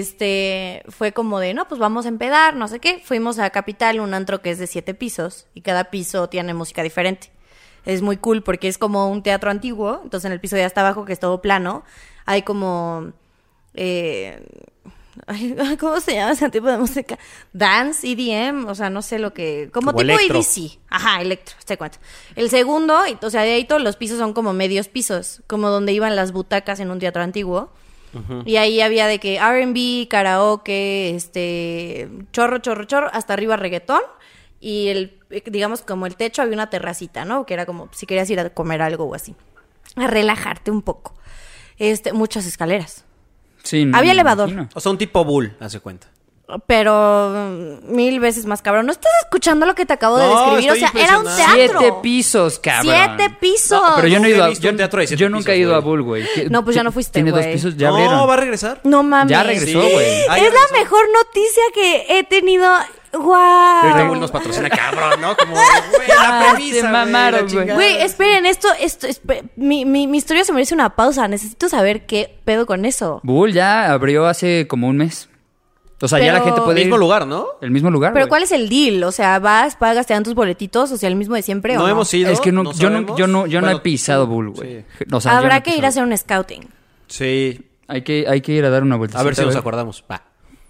[SPEAKER 4] este, fue como de, no, pues vamos a empedar, no sé qué. Fuimos a Capital, un antro que es de siete pisos, y cada piso tiene música diferente es muy cool porque es como un teatro antiguo, entonces en el piso de hasta abajo, que es todo plano, hay como... eh, ay, ¿Cómo se llama ese tipo de música? Dance, EDM, o sea, no sé lo que... Como,
[SPEAKER 2] Como
[SPEAKER 4] tipo
[SPEAKER 2] electro.
[SPEAKER 4] EDC. Ajá, electro, este cuento. El segundo, y- o sea, de ahí todos los pisos son como medios pisos, como donde iban las butacas en un teatro antiguo. Y ahí había de que RB, karaoke, este, chorro, chorro, chorro, hasta arriba reggaetón. Y el, eh, digamos, como el techo había una terracita, ¿no? Que era como si querías ir a comer algo o así. A relajarte un poco. Este, muchas escaleras.
[SPEAKER 1] Sí, no,
[SPEAKER 4] Había
[SPEAKER 1] me
[SPEAKER 4] elevador.
[SPEAKER 1] imagino.
[SPEAKER 2] O sea, un tipo bull, hace cuenta.
[SPEAKER 4] Pero mm, mil veces más cabrón. ¿No estás escuchando lo que te acabo de
[SPEAKER 2] No,
[SPEAKER 4] describir? O sea,
[SPEAKER 2] estoy
[SPEAKER 4] era un
[SPEAKER 2] impresionado.
[SPEAKER 4] teatro.
[SPEAKER 1] Siete pisos, cabrón.
[SPEAKER 4] Siete pisos.
[SPEAKER 1] No, pero yo no he
[SPEAKER 2] Nunca
[SPEAKER 1] ido
[SPEAKER 2] he
[SPEAKER 1] a,
[SPEAKER 2] visto
[SPEAKER 1] yo,
[SPEAKER 2] un teatro de siete
[SPEAKER 1] yo nunca he ido
[SPEAKER 2] pisos,
[SPEAKER 1] a Bull, güey. ¿Qué-
[SPEAKER 4] No, pues ya no
[SPEAKER 1] ti-
[SPEAKER 4] fuiste,
[SPEAKER 1] Tiene dos
[SPEAKER 4] güey.
[SPEAKER 1] pisos, ya
[SPEAKER 2] no,
[SPEAKER 1] abrieron.
[SPEAKER 2] va a regresar.
[SPEAKER 4] No mames.
[SPEAKER 1] Ya regresó, güey.
[SPEAKER 2] Ah, ya
[SPEAKER 4] Es
[SPEAKER 2] regresó.
[SPEAKER 4] la mejor noticia que he tenido.
[SPEAKER 2] Red
[SPEAKER 4] ¡Guau!
[SPEAKER 2] Bull nos patrocina, cabrón, ¿no? Como, güey, la
[SPEAKER 1] Ah,
[SPEAKER 2] premisa,
[SPEAKER 1] se
[SPEAKER 2] güey,
[SPEAKER 1] mamaron,
[SPEAKER 2] la chingada.
[SPEAKER 4] Güey, esperen, esto, esto, espe- mi, mi, mi historia se merece una pausa. Necesito saber qué pedo con eso.
[SPEAKER 1] Bull ya abrió hace como un mes. O sea, ya
[SPEAKER 4] Pero-
[SPEAKER 1] la gente puede
[SPEAKER 2] Mismo
[SPEAKER 1] ir-
[SPEAKER 2] lugar, ¿no?
[SPEAKER 1] El mismo lugar,
[SPEAKER 4] Pero
[SPEAKER 1] güey.
[SPEAKER 4] ¿cuál es el deal? O sea, vas, pagas, te dan tus boletitos, o sea, el mismo de siempre.
[SPEAKER 2] No
[SPEAKER 4] ¿o
[SPEAKER 2] hemos ido.
[SPEAKER 1] Es que no-
[SPEAKER 2] no
[SPEAKER 1] yo, no,
[SPEAKER 2] sabemos.
[SPEAKER 1] yo, no, yo no
[SPEAKER 2] Bueno,
[SPEAKER 1] he pisado
[SPEAKER 2] tú-
[SPEAKER 1] Bull, güey.
[SPEAKER 2] sí.
[SPEAKER 1] O sea, yo no
[SPEAKER 4] Habrá
[SPEAKER 1] he
[SPEAKER 4] que ir
[SPEAKER 1] pisado.
[SPEAKER 4] a hacer un scouting.
[SPEAKER 2] Sí.
[SPEAKER 1] Hay que, hay que ir a dar una vuelta.
[SPEAKER 2] A ver si nos acordamos. Va.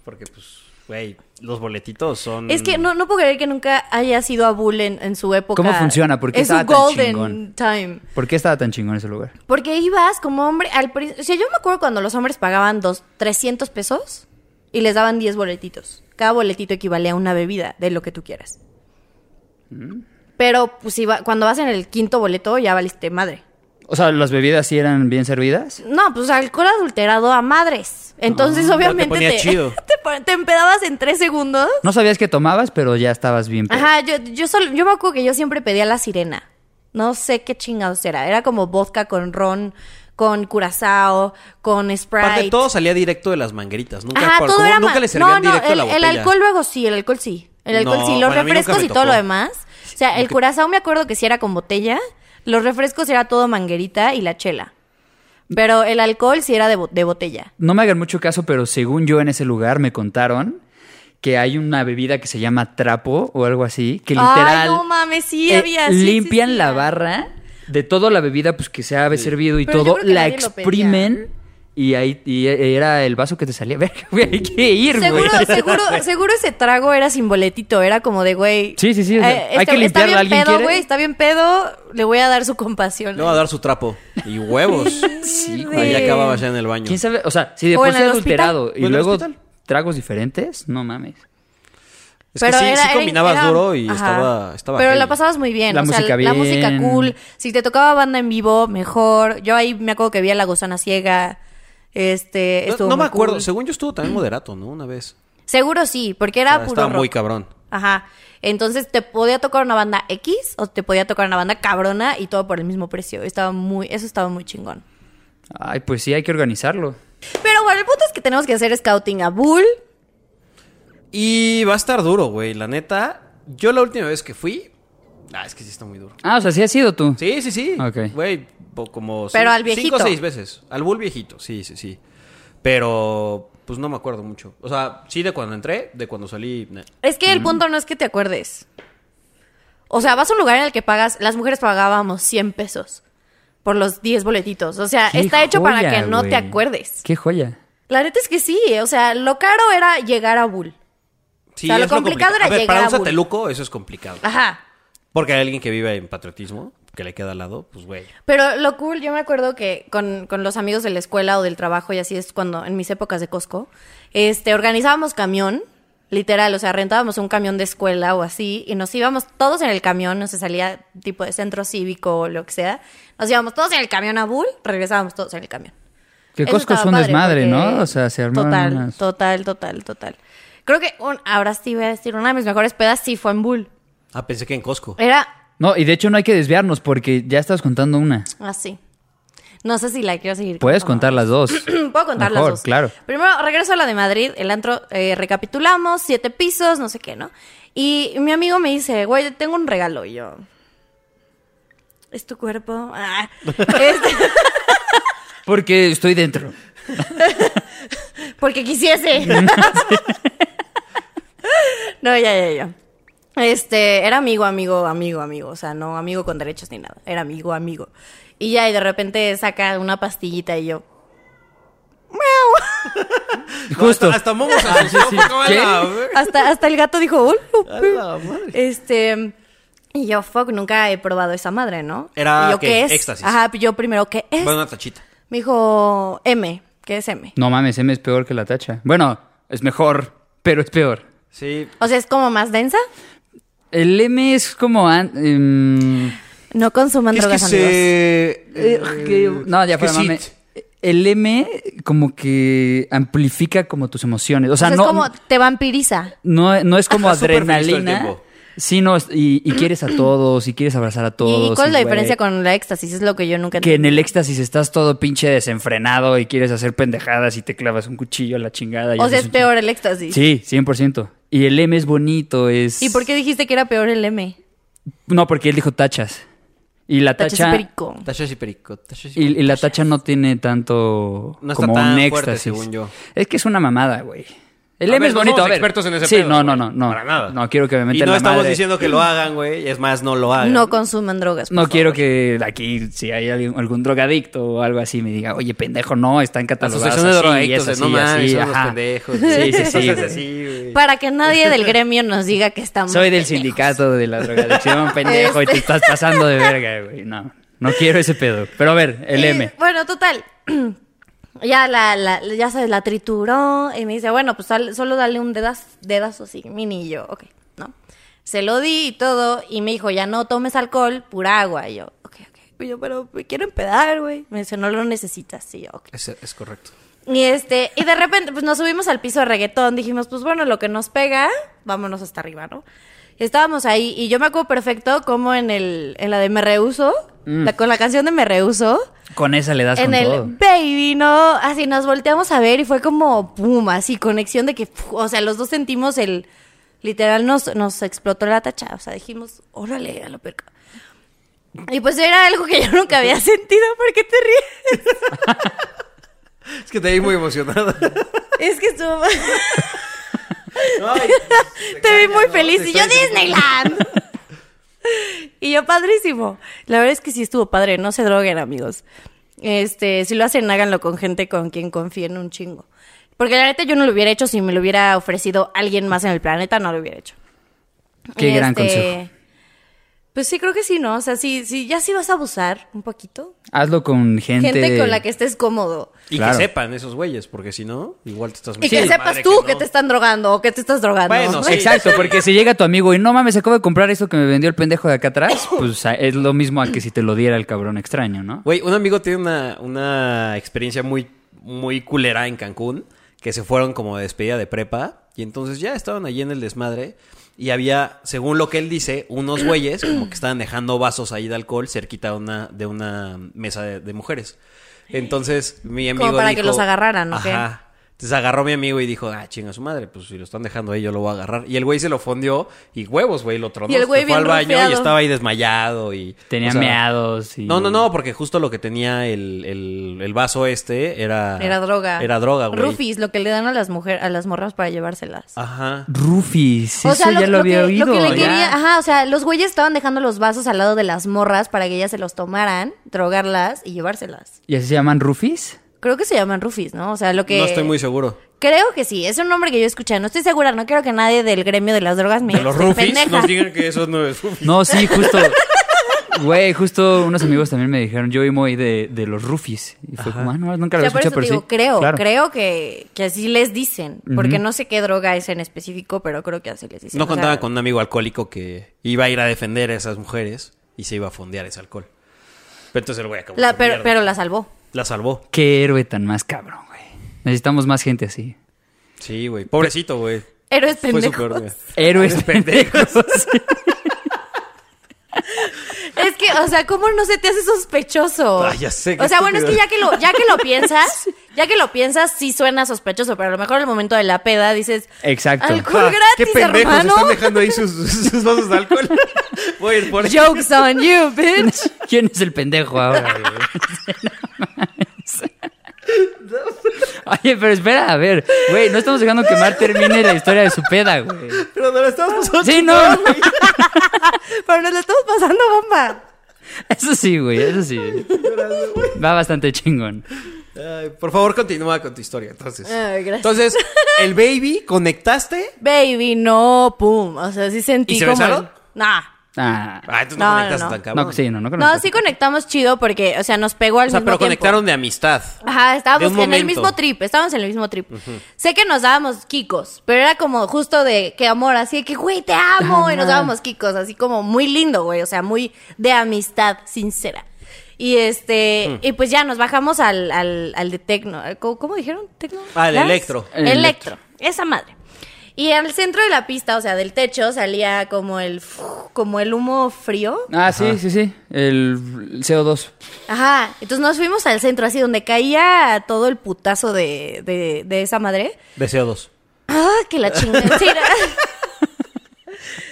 [SPEAKER 2] Porque, pues, güey, los boletitos son.
[SPEAKER 4] Es que no, no puedo creer que nunca haya sido a Bull en, en su época.
[SPEAKER 1] Mm. ¿Cómo funciona? ¿Por qué
[SPEAKER 4] es su
[SPEAKER 1] estaba tan
[SPEAKER 4] golden
[SPEAKER 1] chingón?
[SPEAKER 4] time.
[SPEAKER 1] ¿Por qué estaba tan chingón ese lugar?
[SPEAKER 4] Porque ibas como hombre, al pri- o sea, yo me acuerdo cuando los hombres pagaban dos, 300 pesos y les daban 10 boletitos. Cada boletito equivalía a una bebida de lo que tú quieras.
[SPEAKER 2] Mm.
[SPEAKER 4] Pero pues iba- cuando vas en el quinto boleto ya valiste madre.
[SPEAKER 1] O sea, ¿las bebidas sí eran bien servidas?
[SPEAKER 4] No, pues alcohol adulterado a madres. Entonces
[SPEAKER 2] pero Ah, te
[SPEAKER 4] obviamente
[SPEAKER 2] ponía
[SPEAKER 4] te,
[SPEAKER 2] chido.
[SPEAKER 4] te pon- te empedabas en tres segundos.
[SPEAKER 1] No sabías que tomabas, pero ya estabas bien. pedo.
[SPEAKER 4] Ajá, yo, yo, solo, yo me acuerdo que yo siempre pedía la sirena. No sé qué chingados era. Era como vodka con ron, con curazao, con Sprite.
[SPEAKER 2] Aparte, todo salía directo de las mangueritas. Nunca,
[SPEAKER 4] Ajá,
[SPEAKER 2] por-
[SPEAKER 4] todo
[SPEAKER 2] como-
[SPEAKER 4] era
[SPEAKER 2] nunca
[SPEAKER 4] ma-
[SPEAKER 2] le servían
[SPEAKER 4] no, no,
[SPEAKER 2] directo
[SPEAKER 4] el,
[SPEAKER 2] a la
[SPEAKER 4] el
[SPEAKER 2] botella.
[SPEAKER 4] alcohol luego sí, el alcohol sí. El alcohol
[SPEAKER 2] No,
[SPEAKER 4] sí, los
[SPEAKER 2] bueno, a mí nunca
[SPEAKER 4] refrescos
[SPEAKER 2] me
[SPEAKER 4] y todo
[SPEAKER 2] tocó.
[SPEAKER 4] lo demás. O sea, el curazao me acuerdo que sí era con botella. Los refrescos era todo manguerita y la chela. Pero el alcohol sí era de, bo- de botella.
[SPEAKER 1] No me hagan mucho caso, pero según yo en ese lugar me contaron que hay una bebida que se llama trapo o algo así, que literal
[SPEAKER 4] Ay, no mames, sí
[SPEAKER 1] eh,
[SPEAKER 4] había. sí
[SPEAKER 1] limpian
[SPEAKER 4] existía.
[SPEAKER 1] la barra de toda la bebida pues que se ha servido y
[SPEAKER 4] Pero yo
[SPEAKER 1] todo,
[SPEAKER 4] creo que
[SPEAKER 1] la
[SPEAKER 4] nadie lo pedía.
[SPEAKER 1] exprimen y ahí y era el vaso que te salía. Verga, güey, hay que ir, güey.
[SPEAKER 4] Seguro, seguro, seguro ese trago era sin boletito, era como de, güey. eh,
[SPEAKER 1] Sí, sí, sí, o sea, hay que
[SPEAKER 4] Está
[SPEAKER 1] limpiarla,
[SPEAKER 4] bien
[SPEAKER 1] ¿alguien
[SPEAKER 4] pedo,
[SPEAKER 1] quiere?
[SPEAKER 4] güey, está bien pedo, le voy a dar su compasión.
[SPEAKER 2] Le va a dar su trapo. Y huevos.
[SPEAKER 1] Sí,
[SPEAKER 2] Ahí
[SPEAKER 1] güey.
[SPEAKER 2] acababa ya en el baño.
[SPEAKER 1] ¿Quién sabe? O sea, si de
[SPEAKER 4] O
[SPEAKER 1] por
[SPEAKER 4] en
[SPEAKER 1] sí
[SPEAKER 4] el
[SPEAKER 1] adulterado
[SPEAKER 4] hospital.
[SPEAKER 1] y
[SPEAKER 2] O en el
[SPEAKER 1] luego
[SPEAKER 2] hospital.
[SPEAKER 1] tragos diferentes, no mames.
[SPEAKER 2] Es que sí, sí combinabas
[SPEAKER 4] era-
[SPEAKER 2] duro y
[SPEAKER 4] ajá.
[SPEAKER 2] estaba, estaba.
[SPEAKER 4] Pero
[SPEAKER 2] heavy.
[SPEAKER 4] la pasabas muy bien.
[SPEAKER 1] La
[SPEAKER 4] o sea,
[SPEAKER 1] música
[SPEAKER 4] La música
[SPEAKER 1] bien.
[SPEAKER 4] cool. Si te tocaba banda en vivo, mejor. Yo ahí me acuerdo que vi a La Gozana Ciega. Este,
[SPEAKER 2] No,
[SPEAKER 4] estuvo
[SPEAKER 2] no me
[SPEAKER 4] muy
[SPEAKER 2] acuerdo.
[SPEAKER 4] cool.
[SPEAKER 2] Según yo estuvo también moderato, ¿no? Una vez.
[SPEAKER 4] Seguro sí, porque
[SPEAKER 2] O
[SPEAKER 4] era
[SPEAKER 2] sea,
[SPEAKER 4] puro
[SPEAKER 2] Ah, estaba muy
[SPEAKER 4] rock.
[SPEAKER 2] cabrón.
[SPEAKER 4] Ajá. Entonces te podía tocar una banda X o te podía tocar una banda cabrona y todo por el mismo precio. Estaba muy, eso estaba muy chingón.
[SPEAKER 1] Ay, pues sí, hay que organizarlo.
[SPEAKER 4] Pero bueno, el punto es que tenemos que hacer scouting a Bull.
[SPEAKER 2] Y va a estar duro, güey. La neta, yo la última vez que fui. Ah, es que sí está muy duro.
[SPEAKER 1] Ah, o sea, sí has sido tú.
[SPEAKER 2] Sí, sí, sí.
[SPEAKER 1] Ok.
[SPEAKER 2] Güey, po- como.
[SPEAKER 4] Pero
[SPEAKER 2] cin-
[SPEAKER 4] al viejito.
[SPEAKER 2] Cinco o seis veces. Al bull viejito, sí, sí, sí. Pero, pues no me acuerdo mucho. O sea, sí de cuando entré, de cuando salí. nah.
[SPEAKER 4] Es que
[SPEAKER 1] Mm.
[SPEAKER 4] el punto no es que te acuerdes. O sea, vas a un lugar en el que pagas, las mujeres pagábamos 100 pesos por los 10 boletitos. O sea,
[SPEAKER 1] Qué
[SPEAKER 4] Ah, está hecho para
[SPEAKER 1] joya,
[SPEAKER 4] que no te
[SPEAKER 1] güey.
[SPEAKER 4] acuerdes.
[SPEAKER 1] Qué joya.
[SPEAKER 4] La neta es que sí, o sea, lo caro era llegar a Bull.
[SPEAKER 2] Sí,
[SPEAKER 4] O sea, lo
[SPEAKER 2] es
[SPEAKER 4] complicado era
[SPEAKER 2] A ver,
[SPEAKER 4] llegar
[SPEAKER 2] para
[SPEAKER 4] a
[SPEAKER 2] un
[SPEAKER 4] Bull.
[SPEAKER 2] sateluco, eso es complicado.
[SPEAKER 4] Ajá.
[SPEAKER 2] Porque hay alguien que vive en patriotismo, que le queda al lado, pues, güey.
[SPEAKER 4] Pero lo cool, yo me acuerdo que con, con los amigos de la escuela o del trabajo, y así es cuando, en mis épocas de Costco, este, organizábamos camión, literal, o sea, rentábamos un camión de escuela o así, y nos íbamos todos en el camión, no se salía tipo de centro cívico o lo que sea, nos íbamos todos en el camión a Bull, regresábamos todos en el camión.
[SPEAKER 1] Que
[SPEAKER 4] Eso
[SPEAKER 1] Costco es
[SPEAKER 4] estaba
[SPEAKER 1] un
[SPEAKER 4] padre,
[SPEAKER 1] desmadre,
[SPEAKER 4] porque-
[SPEAKER 1] ¿no? O sea, se armaron
[SPEAKER 4] Total,
[SPEAKER 1] unas-
[SPEAKER 4] total, total, total. Creo que, un- ahora sí voy a decir, una de mis mejores pedas sí fue en Bull.
[SPEAKER 2] Ah, pensé que en Costco.
[SPEAKER 4] Era
[SPEAKER 1] No, y de hecho no hay que desviarnos porque ya estás contando una.
[SPEAKER 4] así. No sé si la quiero seguir.
[SPEAKER 1] Puedes
[SPEAKER 4] contando.
[SPEAKER 1] contar las dos.
[SPEAKER 4] Puedo contar las
[SPEAKER 1] Mejor,
[SPEAKER 4] dos.
[SPEAKER 1] claro.
[SPEAKER 4] Primero, regreso a la de Madrid, el antro, eh, recapitulamos, siete pisos, no sé qué, ¿no? Y mi amigo me dice, güey, tengo un regalo. Y yo, ¿es tu cuerpo? Ah. Este,
[SPEAKER 1] Porque estoy dentro.
[SPEAKER 4] porque quisiese. no, ya, ya, ya. Este, era amigo, amigo, amigo, amigo. O sea, no amigo con derechos ni nada. Era amigo, amigo. Y ya, y de repente saca una pastillita y yo,
[SPEAKER 1] Justo. Ah,
[SPEAKER 2] Hasta, hasta Momo se asustó, porque,
[SPEAKER 1] ¿Qué?
[SPEAKER 2] a ver,
[SPEAKER 4] hasta, hasta el gato dijo, "Oh, no,
[SPEAKER 2] a la madre.
[SPEAKER 4] Este. Y yo, fuck, nunca he probado esa madre, ¿no?
[SPEAKER 2] Era,
[SPEAKER 4] Y yo,
[SPEAKER 2] ¿qué? Éxtasis.
[SPEAKER 4] Ajá, yo primero, ¿qué es?
[SPEAKER 2] Va una tachita.
[SPEAKER 4] Me dijo, M, ¿qué es M?
[SPEAKER 1] No mames, M es peor que la tacha. Bueno, es mejor, pero es peor.
[SPEAKER 2] Sí.
[SPEAKER 4] O sea, es como más densa.
[SPEAKER 1] El M es como... an- em,
[SPEAKER 4] No consuman
[SPEAKER 2] Es que
[SPEAKER 4] drogas, amigos.
[SPEAKER 2] se.
[SPEAKER 1] eh, que- no, ya,
[SPEAKER 2] que
[SPEAKER 1] pero
[SPEAKER 2] sí.
[SPEAKER 1] mame. El M como que amplifica como tus emociones. O
[SPEAKER 4] O sea,
[SPEAKER 1] sea, no,
[SPEAKER 4] es como te vampiriza.
[SPEAKER 1] no, no es como
[SPEAKER 2] Ajá, súper feliz todo el
[SPEAKER 1] adrenalina.
[SPEAKER 2] tiempo.
[SPEAKER 1] Sí, no, es- y, y quieres a todos, y quieres abrazar a todos.
[SPEAKER 4] ¿Y cuál es la
[SPEAKER 1] Oh, güey.
[SPEAKER 4] diferencia con la éxtasis? Es lo que yo nunca
[SPEAKER 1] que en
[SPEAKER 4] entendí.
[SPEAKER 1] el éxtasis estás todo pinche desenfrenado y quieres hacer pendejadas y te clavas un cuchillo a la chingada. y
[SPEAKER 4] O sea,
[SPEAKER 1] haces
[SPEAKER 4] es
[SPEAKER 1] un
[SPEAKER 4] peor el éxtasis.
[SPEAKER 1] chingo. Sí, 100%. Y el M es bonito, es...
[SPEAKER 4] ¿Y por qué dijiste que era peor el M?
[SPEAKER 1] No, porque él dijo tachas. Y la
[SPEAKER 4] Taches
[SPEAKER 1] tacha...
[SPEAKER 4] perico.
[SPEAKER 2] Tachas y perico. tachas y
[SPEAKER 1] Y, y la tacha no tiene tanto
[SPEAKER 2] No está
[SPEAKER 1] como
[SPEAKER 2] tan
[SPEAKER 1] un
[SPEAKER 2] fuerte,
[SPEAKER 1] éxtasis.
[SPEAKER 2] según yo.
[SPEAKER 1] Es que es una mamada, güey. El
[SPEAKER 2] A
[SPEAKER 1] M
[SPEAKER 2] ver,
[SPEAKER 1] es
[SPEAKER 2] no
[SPEAKER 1] bonito,
[SPEAKER 2] somos
[SPEAKER 1] a ver.
[SPEAKER 2] expertos en ese
[SPEAKER 1] sí,
[SPEAKER 2] pedo,
[SPEAKER 1] no, no,
[SPEAKER 2] güey.
[SPEAKER 1] no, no.
[SPEAKER 2] Para nada.
[SPEAKER 1] No quiero que me
[SPEAKER 2] Y
[SPEAKER 1] metan
[SPEAKER 2] no
[SPEAKER 1] la
[SPEAKER 2] estamos
[SPEAKER 1] madre.
[SPEAKER 2] diciendo que lo hagan, güey. Es más, no lo hagan.
[SPEAKER 4] No consuman drogas. por
[SPEAKER 1] No
[SPEAKER 4] favor.
[SPEAKER 1] quiero que aquí, si hay alguien- algún drogadicto o algo así, me diga, oye, pendejo, no, están catalogados
[SPEAKER 2] asociación de
[SPEAKER 1] así,
[SPEAKER 2] drogadictos,
[SPEAKER 1] es
[SPEAKER 2] de no
[SPEAKER 1] así,
[SPEAKER 2] mames,
[SPEAKER 1] así,
[SPEAKER 2] son unos
[SPEAKER 1] ajá".
[SPEAKER 2] pendejos.
[SPEAKER 1] Sí, sí, sí,
[SPEAKER 2] Cosas
[SPEAKER 1] güey.
[SPEAKER 2] así, güey.
[SPEAKER 4] Para que nadie del gremio nos diga que estamos.
[SPEAKER 1] Soy del
[SPEAKER 4] pendejos.
[SPEAKER 1] sindicato de la drogadicción, pendejo, y te estás pasando de verga, güey. No, no quiero ese pedo. Pero a ver, el
[SPEAKER 4] Y,
[SPEAKER 1] M.
[SPEAKER 4] Bueno, total. Ya la, la- ya sabes, la trituró y me dice, bueno, pues sal- solo dale un dedazo, dedazo así, mini y yo, ok, ¿no? Se lo di y todo, y me dijo, ya no tomes alcohol, pura agua. Y yo, ok, ok. Y yo, pero me quiero empedar, güey. Me dice, no lo necesitas. Y yo, ok.
[SPEAKER 2] Es, es correcto.
[SPEAKER 4] Y este, y de repente, pues nos subimos al piso de reggaetón, dijimos, pues bueno, lo que nos pega, vámonos hasta arriba, ¿no? Estábamos ahí, y yo me acuerdo perfecto como en el, en la de Me Rehuso,
[SPEAKER 1] Mm.
[SPEAKER 4] la- con la canción de Me Rehuso,
[SPEAKER 1] Con esa le das
[SPEAKER 4] en
[SPEAKER 1] con
[SPEAKER 4] el
[SPEAKER 1] todo.
[SPEAKER 4] baby, ¿no? Así nos volteamos a ver y fue como pum, así conexión de que, puf, o sea, los dos sentimos el. Literal nos, nos explotó la tacha. O sea, dijimos, órale, a lo perca. Y pues era algo que yo nunca había sentido. ¿Por qué te ríes?
[SPEAKER 2] Es que te vi muy emocionada.
[SPEAKER 4] Es que estuvo...
[SPEAKER 2] Ay,
[SPEAKER 4] Te vi muy
[SPEAKER 2] ¿no?
[SPEAKER 4] feliz.
[SPEAKER 2] Te
[SPEAKER 4] Y yo,
[SPEAKER 2] extrañas, ¿no?
[SPEAKER 4] Disneyland. y yo, padrísimo. La verdad es que sí estuvo padre. No se droguen, amigos. Este, si lo hacen, háganlo con gente con quien confíen un chingo. Porque la neta yo no lo hubiera hecho si me lo hubiera ofrecido alguien más en el planeta, no lo hubiera hecho. este,
[SPEAKER 1] Qué gran consejo.
[SPEAKER 4] Pues sí, creo que sí, ¿no? O sea, sí, sí, ya sí vas a abusar un poquito.
[SPEAKER 1] Hazlo con gente.
[SPEAKER 4] Gente con la que estés cómodo.
[SPEAKER 2] Y
[SPEAKER 1] Claro.
[SPEAKER 2] que sepan esos güeyes, porque si no, igual te estás
[SPEAKER 4] Y
[SPEAKER 2] metiendo
[SPEAKER 4] que
[SPEAKER 2] en
[SPEAKER 4] sepas
[SPEAKER 2] madre
[SPEAKER 4] tú que,
[SPEAKER 2] no.
[SPEAKER 4] te están drogando o que te estás drogando.
[SPEAKER 2] Bueno, sí.
[SPEAKER 1] Exacto, porque si llega tu amigo y no mames, acabo de comprar esto que me vendió el pendejo de acá atrás, pues a- es lo mismo a que si te lo diera el cabrón extraño, ¿no?
[SPEAKER 2] Güey, un amigo tiene una, una experiencia muy, muy culera en Cancún, que se fueron como de despedida de prepa, y entonces ya estaban allí en el desmadre, y había, según lo que él dice, unos güeyes como que estaban dejando vasos ahí de alcohol cerquita de una, de una mesa de, de mujeres. Entonces, mi amigo.
[SPEAKER 4] Como para
[SPEAKER 2] dijo-
[SPEAKER 4] que los agarraran, ¿o qué?
[SPEAKER 2] Ajá. Entonces agarró mi amigo y dijo, ah, chinga su madre, pues si lo están dejando ahí, yo lo voy a agarrar. Y el güey se lo fondió y huevos, güey, lo tronó.
[SPEAKER 4] Y el
[SPEAKER 2] se
[SPEAKER 4] güey
[SPEAKER 2] fue al
[SPEAKER 4] bien
[SPEAKER 2] baño y
[SPEAKER 4] rufeado.
[SPEAKER 2] estaba ahí desmayado y.
[SPEAKER 1] Tenía
[SPEAKER 2] o sea,
[SPEAKER 1] meados y.
[SPEAKER 2] no, no, no, porque justo lo que tenía el, el- el vaso este era...
[SPEAKER 4] Era droga.
[SPEAKER 2] Era droga, güey. Ah,
[SPEAKER 4] Rufis, lo que le dan a las mujeres, a las morras para llevárselas.
[SPEAKER 2] Ajá.
[SPEAKER 1] Rufis,
[SPEAKER 4] o sea,
[SPEAKER 1] eso ya lo, había
[SPEAKER 4] que,
[SPEAKER 1] oído.
[SPEAKER 4] Lo que le
[SPEAKER 1] ya.
[SPEAKER 4] quería, ajá, o sea, los güeyes estaban dejando los vasos al lado de las morras para que ellas se los tomaran, drogarlas y llevárselas.
[SPEAKER 1] ¿Y así se llaman Rufis?
[SPEAKER 4] Creo que se llaman rufis, ¿no? O sea, lo que
[SPEAKER 2] No estoy muy seguro.
[SPEAKER 4] Creo que sí, es un nombre que yo escuché, no estoy segura, no quiero que nadie del gremio de las drogas me
[SPEAKER 2] De los
[SPEAKER 4] esté
[SPEAKER 2] rufis
[SPEAKER 4] pendeja.
[SPEAKER 2] nos digan que eso no es rufis.
[SPEAKER 1] No, sí, justo. Güey, justo unos amigos también me dijeron, yo y Moy de, de los Rufis. Y fue como, ah, no, nunca
[SPEAKER 4] O
[SPEAKER 1] lo
[SPEAKER 4] sea, por
[SPEAKER 1] escuché,
[SPEAKER 4] eso te
[SPEAKER 1] pero sí.
[SPEAKER 4] digo, creo,
[SPEAKER 1] Claro.
[SPEAKER 4] creo que, que así les dicen, porque no sé qué droga es en específico, pero creo que así les dicen.
[SPEAKER 2] No
[SPEAKER 4] o sea,
[SPEAKER 2] contaba con un amigo alcohólico que iba a ir a defender a esas mujeres y se iba a fondear ese alcohol. Pero entonces el güey acabó
[SPEAKER 4] la-
[SPEAKER 2] hecho
[SPEAKER 4] pero,
[SPEAKER 2] mierda.
[SPEAKER 4] pero la salvó.
[SPEAKER 2] La salvó.
[SPEAKER 1] Qué héroe tan más cabrón, güey. Necesitamos más gente así.
[SPEAKER 2] Sí, güey. Pobrecito, güey.
[SPEAKER 4] Héroes
[SPEAKER 2] Fue su
[SPEAKER 4] pendejos.
[SPEAKER 2] peor día.
[SPEAKER 1] Héroes pendejos.
[SPEAKER 4] Es que, o sea, ¿cómo no se te hace sospechoso?
[SPEAKER 2] Ah, ya sé, qué
[SPEAKER 4] O sea, bueno, es que
[SPEAKER 2] estúpido.
[SPEAKER 4] ya que lo, ya que lo piensas, ya que lo piensas, sí suena sospechoso, pero a lo mejor en el momento de la peda dices.
[SPEAKER 1] Exacto.
[SPEAKER 4] Alcohol
[SPEAKER 2] Ah,
[SPEAKER 4] gratis,
[SPEAKER 2] qué pendejos,
[SPEAKER 4] hermano.
[SPEAKER 2] están dejando ahí sus, sus vasos de alcohol. Voy a ir por
[SPEAKER 4] Jokes on you, bitch.
[SPEAKER 1] ¿Quién es el pendejo ahora? güey? Oye, pero espera, a ver, güey, no estamos dejando que Mar termine la historia de su peda, güey.
[SPEAKER 2] Pero no la estamos pasando
[SPEAKER 1] Sí, no, no,
[SPEAKER 4] Pero nos la estamos pasando bomba.
[SPEAKER 1] eso sí, güey, eso sí.
[SPEAKER 2] llorando, güey.
[SPEAKER 1] Va bastante chingón.
[SPEAKER 2] Ay, por favor, continúa con tu historia, entonces.
[SPEAKER 4] Ay, gracias.
[SPEAKER 2] Entonces, el baby conectaste.
[SPEAKER 4] Baby, no, pum. O sea, sí sentí
[SPEAKER 2] ¿Y se
[SPEAKER 4] como.
[SPEAKER 2] besaron?
[SPEAKER 4] Nah.
[SPEAKER 1] Ah,
[SPEAKER 2] Ah, entonces no,
[SPEAKER 4] No, no,
[SPEAKER 2] conectaste
[SPEAKER 4] no.
[SPEAKER 2] tan cabrón.
[SPEAKER 1] no, sí, no, no
[SPEAKER 4] No,
[SPEAKER 1] conozco.
[SPEAKER 4] sí conectamos chido porque, o sea, nos pegó al
[SPEAKER 2] o sea,
[SPEAKER 4] mismo
[SPEAKER 2] pero
[SPEAKER 4] tiempo.
[SPEAKER 2] conectaron de amistad.
[SPEAKER 4] Ajá,
[SPEAKER 2] De
[SPEAKER 4] estábamos
[SPEAKER 2] un
[SPEAKER 4] en el
[SPEAKER 2] momento.
[SPEAKER 4] mismo trip, estábamos en el mismo trip. Sé que nos dábamos kikos, pero era como justo de que amor, así de que, güey, te amo, y nos dábamos kikos, así como muy lindo, güey, o sea, muy de amistad sincera. Y este, y pues ya nos bajamos al, al, al de Tecno, eh, ¿cómo, cómo dijeron? ¿Tecno?
[SPEAKER 2] Al
[SPEAKER 4] ¿Dance?
[SPEAKER 2] Ah, Electro.
[SPEAKER 1] El
[SPEAKER 4] electro, esa madre. Y al centro de la pista, o sea, del techo, salía como el, como el humo frío.
[SPEAKER 1] Ah, sí, sí, sí, el CO2.
[SPEAKER 4] Ajá, entonces nos fuimos al centro, así donde caía todo el putazo de, de, de esa madre.
[SPEAKER 2] Deseo dos.
[SPEAKER 4] Ah, que la chingada. Sí, no.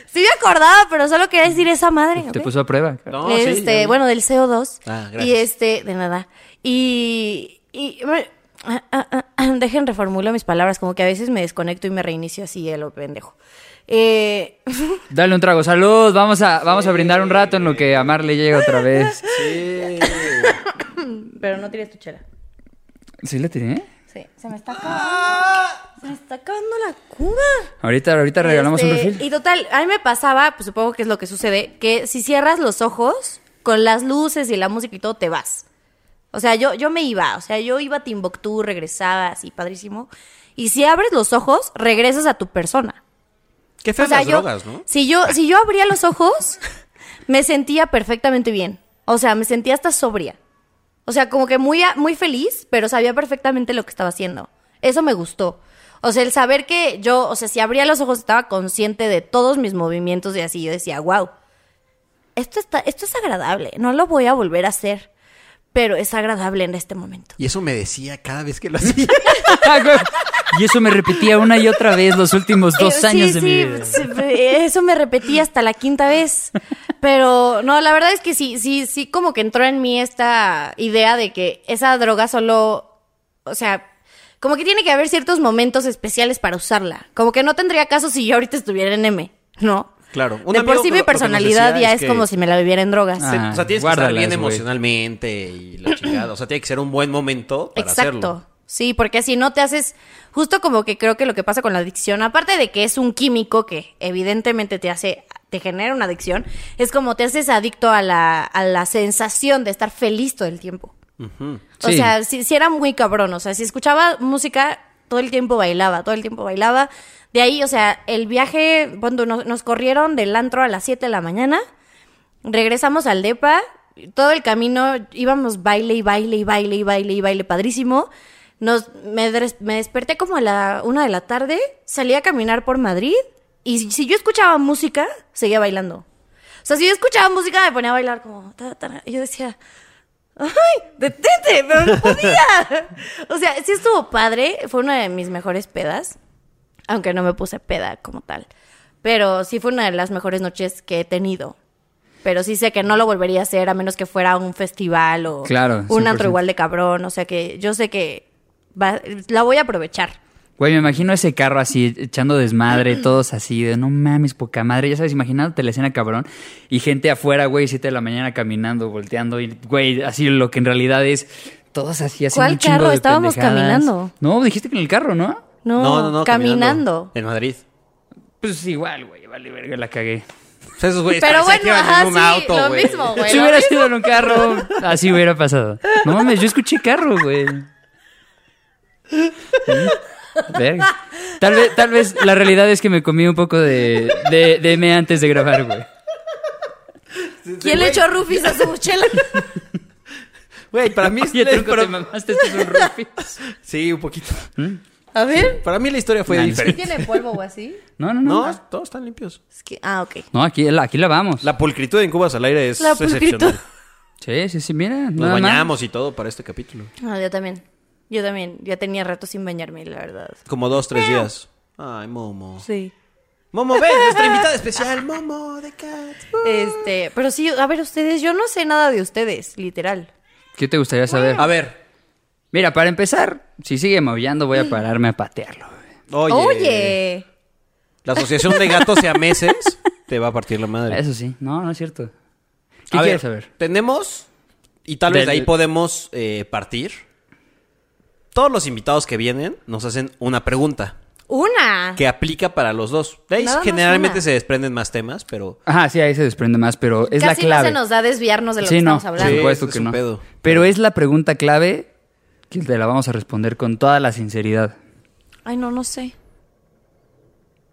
[SPEAKER 4] Sí me acordaba, pero solo quería decir esa madre.
[SPEAKER 1] Te
[SPEAKER 4] ¿ok?
[SPEAKER 1] puso a prueba. cabrón.
[SPEAKER 2] No, sí,
[SPEAKER 4] este,
[SPEAKER 2] ya vi.
[SPEAKER 4] bueno, del CO2.
[SPEAKER 2] Ah, gracias.
[SPEAKER 4] Y este, de nada. Y, y bueno, ah, ah, ah, dejen reformulo mis palabras, como que a veces me desconecto y me reinicio así a lo pendejo. Eh,
[SPEAKER 1] Dale un trago, salud, vamos a, vamos a brindar un rato en lo que a Mar le llega otra vez.
[SPEAKER 2] Sí.
[SPEAKER 4] pero no tires tu chela.
[SPEAKER 1] ¿Sí la tiene?
[SPEAKER 4] Sí, se me está acabando. Se me está acabando la cuba.
[SPEAKER 1] Ahorita, ahorita regalamos un
[SPEAKER 4] Este,
[SPEAKER 1] refil.
[SPEAKER 4] Y total, a mí me pasaba, pues supongo que es lo que sucede, que si cierras los ojos, con las luces y la música y todo, te vas. O sea, yo, yo me iba, o sea, yo iba a Timbuktu, regresaba así, padrísimo. Y si abres los ojos, regresas a tu persona.
[SPEAKER 2] Qué
[SPEAKER 4] O
[SPEAKER 2] feas
[SPEAKER 4] sea,
[SPEAKER 2] las
[SPEAKER 4] yo,
[SPEAKER 2] drogas, ¿no?
[SPEAKER 4] si yo, si yo abría los ojos, me sentía perfectamente bien. O sea, me sentía hasta sobria. O sea, como que muy, a- muy feliz, pero sabía perfectamente lo que estaba haciendo. Eso me gustó. O sea, el saber que yo, o sea, si abría los ojos estaba consciente de todos mis movimientos y así, yo decía, wow, esto, está, esto es agradable, no lo voy a volver a hacer. pero es agradable en este momento.
[SPEAKER 2] Y eso me decía cada vez que lo hacía.
[SPEAKER 1] Y eso me repetía una y otra vez los últimos dos
[SPEAKER 4] Eh, sí,
[SPEAKER 1] años de
[SPEAKER 4] sí,
[SPEAKER 1] mi vida.
[SPEAKER 4] sí, eh, eso me repetí hasta la quinta vez. Pero no, la verdad es que sí, sí, sí, como que entró en mí esta idea de que esa droga solo, o sea, como que tiene que haber ciertos momentos especiales para usarla. Como que no tendría caso si yo ahorita estuviera en M, ¿no?
[SPEAKER 2] Claro. Un
[SPEAKER 4] de por
[SPEAKER 2] amigo lo-
[SPEAKER 4] sí
[SPEAKER 2] lo que
[SPEAKER 4] mi
[SPEAKER 2] nos
[SPEAKER 4] personalidad
[SPEAKER 2] decía
[SPEAKER 4] ya
[SPEAKER 2] es
[SPEAKER 4] es
[SPEAKER 2] que-
[SPEAKER 4] como si me la viviera en drogas.
[SPEAKER 1] Ah,
[SPEAKER 2] o sea, tienes que estar
[SPEAKER 1] guárdalas,
[SPEAKER 2] bien
[SPEAKER 1] güey.
[SPEAKER 2] emocionalmente y la chingada. O sea, tiene que ser un buen momento para
[SPEAKER 4] Exacto.
[SPEAKER 2] hacerlo.
[SPEAKER 4] Sí, porque si no te haces justo como que creo que lo que pasa con la adicción, aparte de que es un químico que evidentemente te hace te genera una adicción, es como te haces adicto a la, a la sensación de estar feliz todo el tiempo. O
[SPEAKER 1] Sí.
[SPEAKER 4] sea, si, si era muy cabrón, o sea, si escuchaba música, todo el tiempo bailaba, todo el tiempo bailaba. De ahí, o sea, el viaje, cuando nos, nos corrieron del antro a las 7 de la mañana, regresamos al DEPA, todo el camino íbamos baile y baile y baile y baile y baile padrísimo. Nos, me, des- me desperté como a la una de la tarde, salí a caminar por Madrid y si, si yo escuchaba música, seguía bailando. O sea, si yo escuchaba música, me ponía a bailar como... ta, ta, y yo decía, ¡Ay, detente! Pero no podía. o sea, sí estuvo padre. Fue una de mis mejores pedas. Aunque no me puse peda como tal. Pero sí fue una de las mejores noches que he tenido. Pero sí sé que no lo volvería a hacer a menos que fuera un festival o
[SPEAKER 1] Claro,
[SPEAKER 4] un
[SPEAKER 1] 100%.
[SPEAKER 4] antro igual de cabrón. O sea que yo sé que va- la voy a aprovechar.
[SPEAKER 1] Güey, me imagino ese carro así, echando desmadre, todos así, de no mames, poca madre. Ya sabes, imaginándote la escena, cabrón. Y gente afuera, güey, 7 de la mañana caminando, volteando. Y, güey, así lo que en realidad es, todos así, haciendo
[SPEAKER 4] ¿Cuál
[SPEAKER 1] un chingo
[SPEAKER 4] carro?
[SPEAKER 1] de
[SPEAKER 4] Estábamos
[SPEAKER 1] pendejadas.
[SPEAKER 4] caminando.
[SPEAKER 1] No, dijiste que en el carro, ¿no?
[SPEAKER 4] No, caminando.
[SPEAKER 2] En Madrid.
[SPEAKER 1] Pues igual, güey, vale, verga, la cagué.
[SPEAKER 2] O sea, esos güeyes
[SPEAKER 4] Pero
[SPEAKER 2] parecía que iban
[SPEAKER 4] bueno,
[SPEAKER 2] en
[SPEAKER 4] ajá,
[SPEAKER 2] un
[SPEAKER 4] sí,
[SPEAKER 2] auto,
[SPEAKER 4] lo
[SPEAKER 2] güey.
[SPEAKER 4] mismo, güey.
[SPEAKER 1] si
[SPEAKER 4] lo
[SPEAKER 1] hubiera
[SPEAKER 4] mismo.
[SPEAKER 1] sido en un carro, así hubiera pasado. No mames, yo escuché carro, güey. Verga. Tal vez, tal vez la realidad es que me comí un poco de, de, de M antes de grabar, güey.
[SPEAKER 4] ¿Quién le echó rufis a su chela?
[SPEAKER 2] Güey, para mí... es-
[SPEAKER 1] Oye, truco,
[SPEAKER 2] para-
[SPEAKER 1] te mamaste, esto es un rufi.
[SPEAKER 2] Sí, un poquito.
[SPEAKER 4] A ver.
[SPEAKER 2] Para mí la historia fue
[SPEAKER 1] Nah,
[SPEAKER 2] diferente.
[SPEAKER 4] ¿Tiene polvo o así?
[SPEAKER 1] No, no, no.
[SPEAKER 2] No,
[SPEAKER 1] No,
[SPEAKER 2] todos están limpios.
[SPEAKER 4] Es que, ah, ok.
[SPEAKER 1] aquí, aquí la vamos.
[SPEAKER 2] La pulcritud en Cubas al aire es
[SPEAKER 4] La
[SPEAKER 2] excepcional.
[SPEAKER 4] pulcritud.
[SPEAKER 1] Sí, sí, sí, mira.
[SPEAKER 2] Nos
[SPEAKER 1] nada más.
[SPEAKER 2] bañamos y todo para este capítulo.
[SPEAKER 4] No, yo también. Yo también. Ya tenía rato sin bañarme, la verdad.
[SPEAKER 2] Como dos, tres días. Ay, Momo.
[SPEAKER 4] Sí.
[SPEAKER 2] Momo, ven, nuestra invitada especial. Momo de Cat.
[SPEAKER 4] Este, pero sí, a ver, ustedes, yo no sé nada de ustedes, literal.
[SPEAKER 1] ¿Qué te gustaría saber?
[SPEAKER 2] A ver.
[SPEAKER 1] Mira, para empezar, si sigue maullando, voy
[SPEAKER 2] Mm.
[SPEAKER 1] a pararme a patearlo.
[SPEAKER 2] Oye.
[SPEAKER 4] Oye.
[SPEAKER 2] La asociación de gatos y a meses te va a partir la madre.
[SPEAKER 1] Eso sí. No, no es cierto. ¿Qué
[SPEAKER 2] A ver,
[SPEAKER 1] quieres saber?
[SPEAKER 2] Tenemos, y tal vez de ahí
[SPEAKER 1] Del-
[SPEAKER 2] podemos eh, partir. Todos los invitados que vienen nos hacen una pregunta
[SPEAKER 4] Una.
[SPEAKER 2] que aplica para los dos. De ahí
[SPEAKER 4] Nada más
[SPEAKER 2] generalmente
[SPEAKER 4] una.
[SPEAKER 2] se desprenden más temas, pero
[SPEAKER 1] Ajá, sí, ahí se desprende más, pero es
[SPEAKER 4] Casi
[SPEAKER 1] la clave.
[SPEAKER 4] no se nos da desviarnos de lo
[SPEAKER 1] sí,
[SPEAKER 4] que
[SPEAKER 1] no,
[SPEAKER 4] estamos hablando.
[SPEAKER 2] Sí,
[SPEAKER 1] por supuesto
[SPEAKER 2] es
[SPEAKER 1] que
[SPEAKER 2] un
[SPEAKER 1] no.
[SPEAKER 2] pedo.
[SPEAKER 1] Pero es la pregunta clave que te la vamos a responder con toda la sinceridad.
[SPEAKER 4] Ay, no, no sé.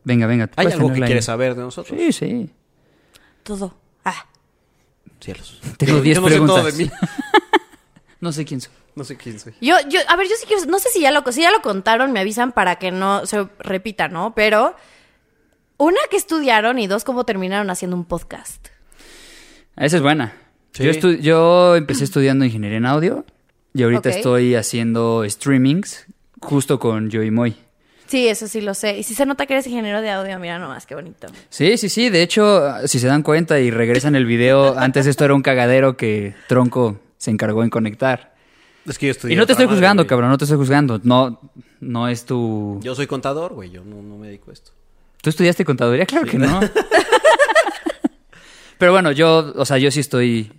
[SPEAKER 1] Venga, venga. tú
[SPEAKER 2] hay
[SPEAKER 1] puedes
[SPEAKER 2] algo que
[SPEAKER 1] tenerla ahí.
[SPEAKER 2] quieres saber de nosotros.
[SPEAKER 1] Sí, sí.
[SPEAKER 4] Todo. Ah.
[SPEAKER 2] Cielos.
[SPEAKER 1] Tengo
[SPEAKER 2] Yo-
[SPEAKER 1] 10
[SPEAKER 2] yo no sé todo
[SPEAKER 1] preguntas.
[SPEAKER 2] de mí.
[SPEAKER 1] No sé quién soy.
[SPEAKER 2] No sé quién soy.
[SPEAKER 4] Yo, yo, a ver, yo sí quiero, no sé si ya lo, si ya lo contaron, me avisan para que no se repita, ¿no? Pero, una, que estudiaron? Y dos, ¿cómo terminaron haciendo un podcast?
[SPEAKER 1] Esa es buena.
[SPEAKER 2] Sí.
[SPEAKER 1] Yo, estu- yo empecé estudiando ingeniería en audio y ahorita
[SPEAKER 4] Ok.
[SPEAKER 1] estoy haciendo streamings justo con Joey Moy.
[SPEAKER 4] Sí, eso sí lo sé. Y si se nota que eres ingeniero de audio, mira nomás, qué bonito.
[SPEAKER 1] Sí, sí, sí. De hecho, si se dan cuenta y regresan el video, antes esto era un cagadero que Tronco se encargó en conectar.
[SPEAKER 2] Es que yo estudié
[SPEAKER 1] Y no te
[SPEAKER 2] otra
[SPEAKER 1] estoy
[SPEAKER 2] madre,
[SPEAKER 1] juzgando,
[SPEAKER 2] güey.
[SPEAKER 1] cabrón, no te estoy juzgando. No, no es tu.
[SPEAKER 2] Yo soy contador, güey. Yo no, no me dedico a esto.
[SPEAKER 1] ¿Tú estudiaste contaduría? Claro que no. Pero bueno, yo, o sea, yo sí estoy